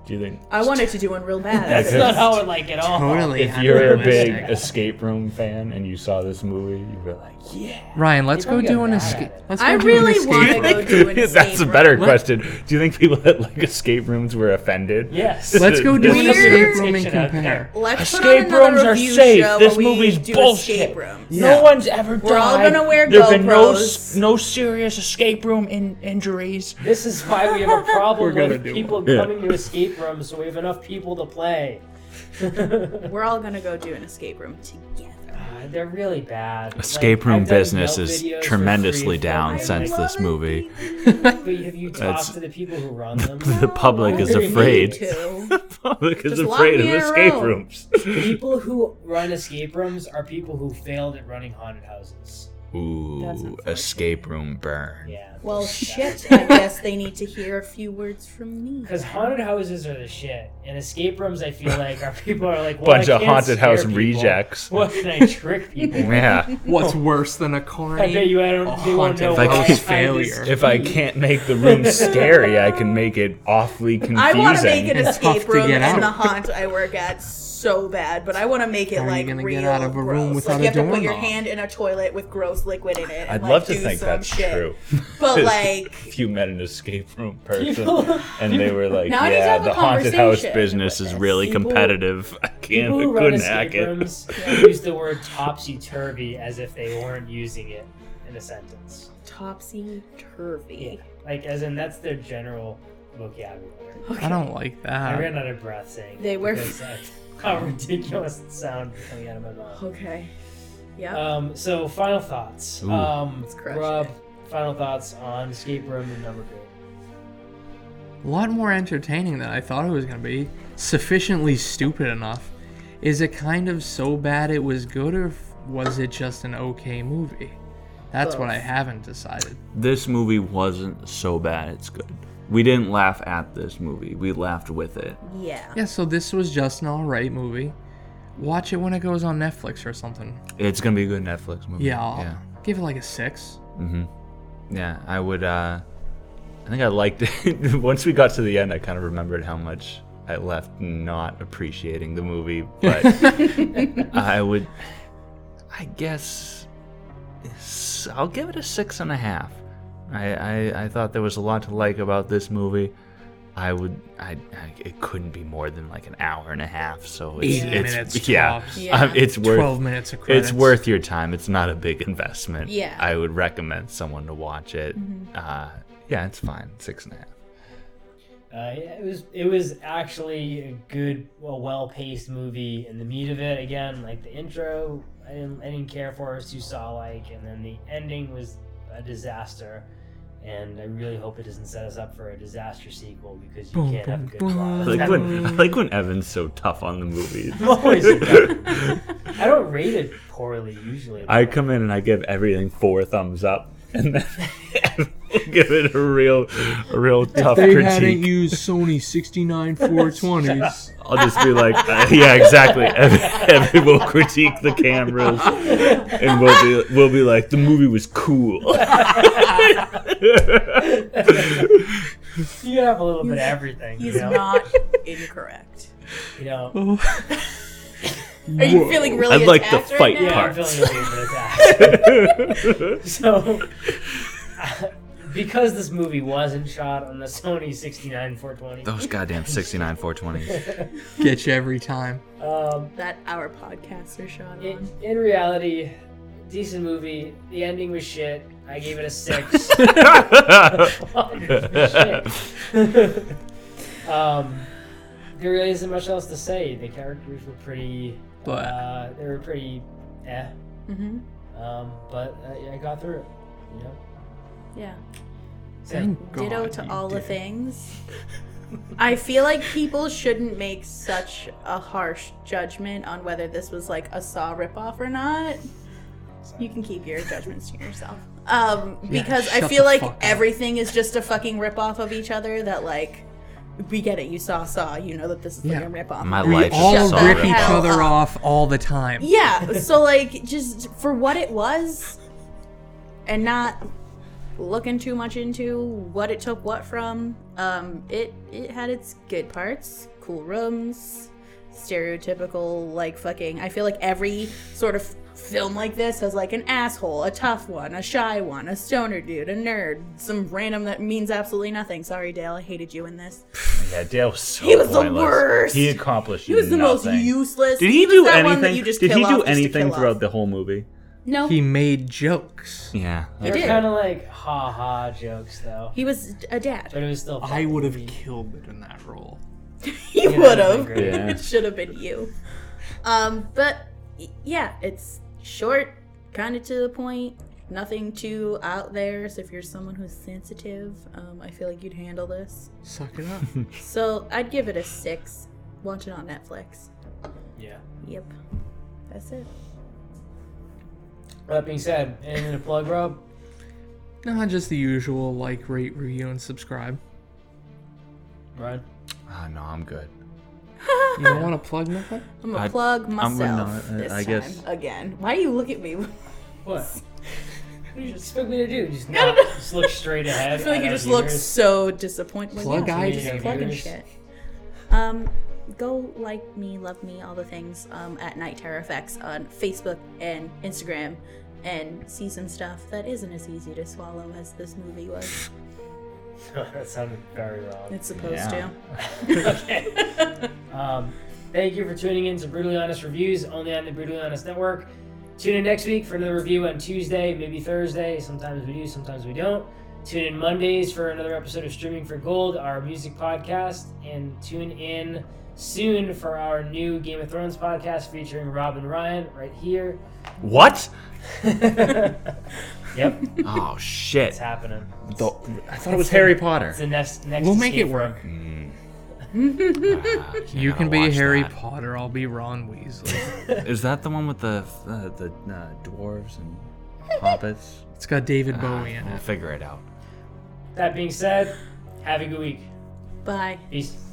Speaker 5: Do you think
Speaker 2: I wanted to do one real bad.
Speaker 1: That's
Speaker 5: good.
Speaker 1: not how it like at all.
Speaker 4: Totally.
Speaker 5: if you're a big
Speaker 4: unrealistic.
Speaker 5: escape room fan and you saw this movie, you were like, yeah.
Speaker 4: Ryan, let's
Speaker 1: You're
Speaker 4: go
Speaker 1: gonna
Speaker 4: do an
Speaker 1: get mad
Speaker 4: escape.
Speaker 1: at it.
Speaker 4: Let's go
Speaker 2: I
Speaker 4: do an
Speaker 2: really
Speaker 4: escape
Speaker 2: wanna
Speaker 4: room.
Speaker 2: go do an
Speaker 5: That's a
Speaker 2: escape
Speaker 5: better
Speaker 2: room.
Speaker 5: question. Do you think people that like escape rooms were offended?
Speaker 1: Yes.
Speaker 4: Let's go do
Speaker 5: This
Speaker 4: an
Speaker 5: is-
Speaker 2: Weird
Speaker 4: escape room and
Speaker 1: fiction out
Speaker 4: compare.
Speaker 2: Let's
Speaker 5: Escape
Speaker 2: put on
Speaker 5: rooms
Speaker 2: another
Speaker 5: are
Speaker 2: review
Speaker 5: safe.
Speaker 2: show
Speaker 5: This
Speaker 2: where we
Speaker 5: movie's
Speaker 2: do
Speaker 5: bullshit.
Speaker 2: escape rooms.
Speaker 4: Yeah.
Speaker 5: No one's ever died.
Speaker 2: We're all gonna wear
Speaker 5: There've been no
Speaker 2: GoPros.
Speaker 5: s- no serious escape room in- injuries.
Speaker 1: This is why we have a problem
Speaker 4: We're
Speaker 1: with
Speaker 4: gonna do
Speaker 1: people
Speaker 5: Yeah.
Speaker 1: coming to escape rooms, so we have enough people to play. Uh,
Speaker 2: We're all gonna go do an escape room together.
Speaker 1: they're really bad. Like,
Speaker 3: Escape room
Speaker 1: I've done
Speaker 3: business
Speaker 1: Yelp
Speaker 3: is
Speaker 1: videos for
Speaker 3: tremendously
Speaker 1: free for
Speaker 3: down
Speaker 1: like-
Speaker 3: since this movie.
Speaker 1: But have you
Speaker 3: That's-
Speaker 1: talked to the people who run them?
Speaker 3: The public is
Speaker 1: We're gonna
Speaker 3: afraid.
Speaker 1: need
Speaker 2: Too.
Speaker 5: Public is
Speaker 2: Just lock
Speaker 5: afraid
Speaker 2: me
Speaker 5: of
Speaker 2: in a
Speaker 5: escape
Speaker 2: room.
Speaker 5: rooms.
Speaker 1: people who run escape rooms are people who failed at running haunted houses.
Speaker 2: That's
Speaker 3: Ooh,
Speaker 2: unfortunate.
Speaker 3: escape room burn.
Speaker 1: Yeah.
Speaker 2: Well, shit. I guess they need to hear a few words from me.
Speaker 1: Because haunted houses are the shit, and escape rooms I feel like are people are like well,
Speaker 5: Bunch
Speaker 1: I
Speaker 5: of
Speaker 1: can't
Speaker 5: haunted
Speaker 1: scare
Speaker 5: house
Speaker 1: people.
Speaker 5: rejects.
Speaker 1: What can I trick people? with?
Speaker 5: Yeah.
Speaker 4: What's worse than a carny?
Speaker 1: I bet you I don't. They won't
Speaker 4: haunted
Speaker 1: know
Speaker 3: house
Speaker 1: how I
Speaker 4: failure.
Speaker 1: hide this
Speaker 5: If I can't make the room scary, I can make it awfully confusing.
Speaker 2: I want to make an
Speaker 4: It's tough
Speaker 2: escape
Speaker 4: to
Speaker 2: room
Speaker 4: get
Speaker 2: and the
Speaker 4: out.
Speaker 2: haunt I work at so bad, but I want to make it
Speaker 4: How are you
Speaker 2: like
Speaker 4: gonna
Speaker 2: real
Speaker 4: get out of a room
Speaker 2: gross.
Speaker 4: without
Speaker 2: like
Speaker 4: a
Speaker 2: you have to put your
Speaker 4: doorknob?
Speaker 2: hand in a toilet with gross liquid in it. And,
Speaker 5: I'd
Speaker 2: like,
Speaker 5: love to
Speaker 2: do
Speaker 5: think
Speaker 2: some
Speaker 5: that's
Speaker 2: shit.
Speaker 5: true.
Speaker 2: But like,
Speaker 5: if you met an escape room person
Speaker 1: People-
Speaker 5: and they were like,
Speaker 2: Now I need to
Speaker 5: "Yeah,
Speaker 2: have a
Speaker 5: the haunted house
Speaker 2: conversation
Speaker 5: business
Speaker 2: with
Speaker 5: is
Speaker 2: this.
Speaker 5: really
Speaker 1: People-
Speaker 5: competitive. I can't,
Speaker 1: People
Speaker 5: I
Speaker 1: who run
Speaker 5: couldn't hack
Speaker 1: escape
Speaker 5: it."
Speaker 1: rooms use the word topsy turvy as if they weren't using it in a sentence.
Speaker 2: topsy
Speaker 1: Yeah.
Speaker 2: turvy.
Speaker 1: Like, as in, that's their general vocabulary.
Speaker 4: I don't like
Speaker 1: I
Speaker 4: that.
Speaker 1: ran out of breath saying
Speaker 2: They
Speaker 1: it
Speaker 2: were-
Speaker 1: because that's how ridiculous it sounded coming out of my mouth.
Speaker 2: Okay. Yeah.
Speaker 1: Um, so, final thoughts.
Speaker 3: Ooh.
Speaker 1: Um,
Speaker 2: Oh. Let's crush
Speaker 1: Rob,
Speaker 2: it.
Speaker 1: final thoughts on escape room and number three.
Speaker 4: A lot more entertaining than I thought it was gonna be. Sufficiently stupid enough. Is it kind of so bad it was good, or was it just an okay movie? That's what I haven't decided.
Speaker 3: This movie wasn't so bad, it's good. We didn't laugh at this movie, we laughed with it.
Speaker 2: Yeah.
Speaker 4: Yeah, so this was just an alright movie. Watch it when it goes on Netflix or something.
Speaker 3: It's gonna be a good Netflix movie.
Speaker 4: Yeah, I'll
Speaker 3: Yeah.
Speaker 4: give it like a six.
Speaker 3: Yeah, I would. Uh, I think I liked it. Once we got to the end, I kind of remembered how much I left not appreciating the movie. But I would. I guess. s- I'll give it a six and a half. I, I, I thought there was a lot to like about this movie. I would. I, I. It couldn't be more than like an hour and a half. So it's.
Speaker 4: Eight
Speaker 3: it's
Speaker 4: minutes
Speaker 3: yeah,
Speaker 4: tops.
Speaker 3: Um,
Speaker 2: Yeah.
Speaker 3: it's worth.
Speaker 4: Twelve minutes of credits.
Speaker 3: It's worth your time. It's not a big investment.
Speaker 2: Yeah.
Speaker 3: I would recommend someone to watch it.
Speaker 4: Mm-hmm.
Speaker 3: Uh, yeah, it's fine. Six and a half.
Speaker 1: Uh, yeah, it was it was actually a good, well, well-paced movie, and the meat of it again, like the intro, I didn't, I didn't care for. It's too saw-like, and then the ending was a disaster. And I really hope it doesn't set us up for a disaster sequel because you
Speaker 4: Boom,
Speaker 1: can't have a good
Speaker 4: boom,
Speaker 1: plot.
Speaker 4: boom.
Speaker 3: I like when I like when Evan's so tough on the movie.
Speaker 1: I'm always- I don't rate it poorly usually.
Speaker 3: I come in and I give everything four thumbs up, and then Evan will give it a real, a real tough
Speaker 4: They hadn't
Speaker 3: critique.
Speaker 4: used Sony 69 420s.
Speaker 3: I'll just be like, uh, yeah, exactly. Evan, Evan will critique the cameras, and we'll be we'll be like, the movie was cool.
Speaker 1: you have a little bit of everything.
Speaker 2: He's
Speaker 1: you know?
Speaker 2: not incorrect.
Speaker 1: You know.
Speaker 2: Are you feeling really?
Speaker 3: I'd like the
Speaker 2: attacked right
Speaker 3: fight
Speaker 2: now?
Speaker 1: Yeah, I'm
Speaker 3: part.
Speaker 1: feeling a little bit attacked. so, because this movie wasn't shot on the Sony 69 420,
Speaker 3: Those goddamn 69 420s.
Speaker 4: Get you every time.
Speaker 1: um,
Speaker 2: That our podcasts are shot
Speaker 1: in,
Speaker 2: on.
Speaker 1: in reality, decent movie. The ending was shit. I gave it a six. Shit. um, there really isn't much else to say. The characters were pretty. Uh,
Speaker 4: Blah.
Speaker 1: they were pretty. Eh.
Speaker 2: Mm-hmm.
Speaker 1: Um, but uh, yeah, I got through it. You know.
Speaker 2: Yeah.
Speaker 1: So,
Speaker 4: Thank
Speaker 2: Ditto
Speaker 4: God
Speaker 2: to
Speaker 4: you
Speaker 2: all the
Speaker 4: did.
Speaker 2: things. I feel like people shouldn't make such a harsh judgment on whether this was like a Saw ripoff or not. You can keep your judgments to yourself. Um,
Speaker 4: Yeah,
Speaker 2: because I
Speaker 4: shut
Speaker 2: feel
Speaker 4: the
Speaker 2: like
Speaker 4: fuck up.
Speaker 2: everything is just a fucking ripoff of each other that, like, we get it. You saw Saw. You know that this is like
Speaker 4: Yeah.
Speaker 2: a ripoff.
Speaker 3: My
Speaker 4: We
Speaker 3: life
Speaker 4: all
Speaker 3: is
Speaker 2: Shut
Speaker 3: so
Speaker 2: the
Speaker 4: rip
Speaker 3: ripped
Speaker 4: each
Speaker 2: hell
Speaker 3: off.
Speaker 4: other
Speaker 2: up.
Speaker 4: off all the time.
Speaker 2: Yeah, so like just for what it was and not looking too much into what it took what from, um it it had its good parts, cool rooms, stereotypical like fucking. I feel like every sort of film like this has like an asshole, a tough one, a shy one, a stoner dude, a nerd, some random that means absolutely nothing. Sorry Dale, I hated you in this.
Speaker 3: Yeah, Dale was so
Speaker 2: He was the
Speaker 3: pointless.
Speaker 2: worst.
Speaker 3: He accomplished
Speaker 2: He was the most
Speaker 3: nothing.
Speaker 2: useless.
Speaker 5: Did he,
Speaker 2: was
Speaker 5: do
Speaker 2: that one that
Speaker 5: anything?
Speaker 2: you just
Speaker 5: Did he
Speaker 2: kill
Speaker 5: do
Speaker 2: off just to
Speaker 5: anything
Speaker 2: kill off.
Speaker 5: throughout the whole movie?
Speaker 2: No.
Speaker 4: He made jokes.
Speaker 3: Yeah.
Speaker 1: they were
Speaker 2: did.
Speaker 1: kind of like ha ha jokes though,
Speaker 2: He was a dad.
Speaker 1: but it was still.
Speaker 4: I
Speaker 1: fun.
Speaker 4: would have killed it in that role.
Speaker 2: He
Speaker 1: Yeah,
Speaker 2: would
Speaker 1: that'd
Speaker 2: have.
Speaker 1: be great.
Speaker 3: Yeah.
Speaker 2: It should have been you. Um, but y- yeah, it's short, kind of to the point. Nothing too out there. So if you're someone who's sensitive, um, I feel like you'd handle this.
Speaker 4: Suck it up.
Speaker 2: So I'd give it a six. Watch it on Netflix.
Speaker 1: Yeah.
Speaker 2: Yep, that's it.
Speaker 1: That being said, and in a plug, Rob.
Speaker 4: Not just the usual like, rate, review, and subscribe.
Speaker 1: Ryan.
Speaker 3: Ah, no, I'm good.
Speaker 4: You don't want to plug nothing?
Speaker 2: I'm gonna
Speaker 3: I-
Speaker 2: plug
Speaker 3: I'm
Speaker 2: myself
Speaker 3: gonna not, uh,
Speaker 2: this
Speaker 3: I
Speaker 2: time
Speaker 3: guess-
Speaker 2: again. Why do you look at me?
Speaker 1: What? What do you expect me to do? Just not, just look straight ahead.
Speaker 2: I feel like
Speaker 1: at
Speaker 2: you
Speaker 1: our
Speaker 2: just look
Speaker 1: viewers?
Speaker 2: so disappointed. Well,
Speaker 4: Plug
Speaker 2: yeah,
Speaker 4: eyes.
Speaker 2: just
Speaker 1: Yeah,
Speaker 2: plugging
Speaker 1: viewers.
Speaker 2: shit. Um, go like me, love me, all the things. Um, at Night Terror Effects on Facebook and Instagram, and see some stuff that isn't as easy to swallow as this movie was.
Speaker 1: that sounded very wrong.
Speaker 2: It's supposed
Speaker 3: Yeah.
Speaker 2: to.
Speaker 1: Um, thank you for tuning in to Brutally Honest Reviews, only on the Brutally Honest Network. Tune in next week for another review on Tuesday, maybe Thursday. Sometimes we do, sometimes we don't. Tune in Mondays for another episode of Streaming for Gold, our music podcast, and tune in soon for our new Game of Thrones podcast featuring Rob and Ryan right here.
Speaker 3: What?
Speaker 1: Yep,
Speaker 3: Oh
Speaker 1: it's
Speaker 3: shit!
Speaker 1: happening.
Speaker 3: The- I thought it was Harry Potter.
Speaker 1: It's the next next.
Speaker 4: We'll make
Speaker 1: escape
Speaker 4: it
Speaker 1: room.
Speaker 4: work.
Speaker 3: Ah,
Speaker 4: You
Speaker 3: gotta
Speaker 4: can be
Speaker 3: watch
Speaker 4: Harry
Speaker 3: that.
Speaker 4: Potter. I'll be Ron Weasley.
Speaker 3: Is that the one with the uh, the uh, dwarves and hobbits?
Speaker 4: it's got David
Speaker 3: Ah,
Speaker 4: Bowie in
Speaker 3: we'll
Speaker 4: it.
Speaker 3: figure it out.
Speaker 1: That being said, have a good week.
Speaker 2: Bye.
Speaker 1: Peace.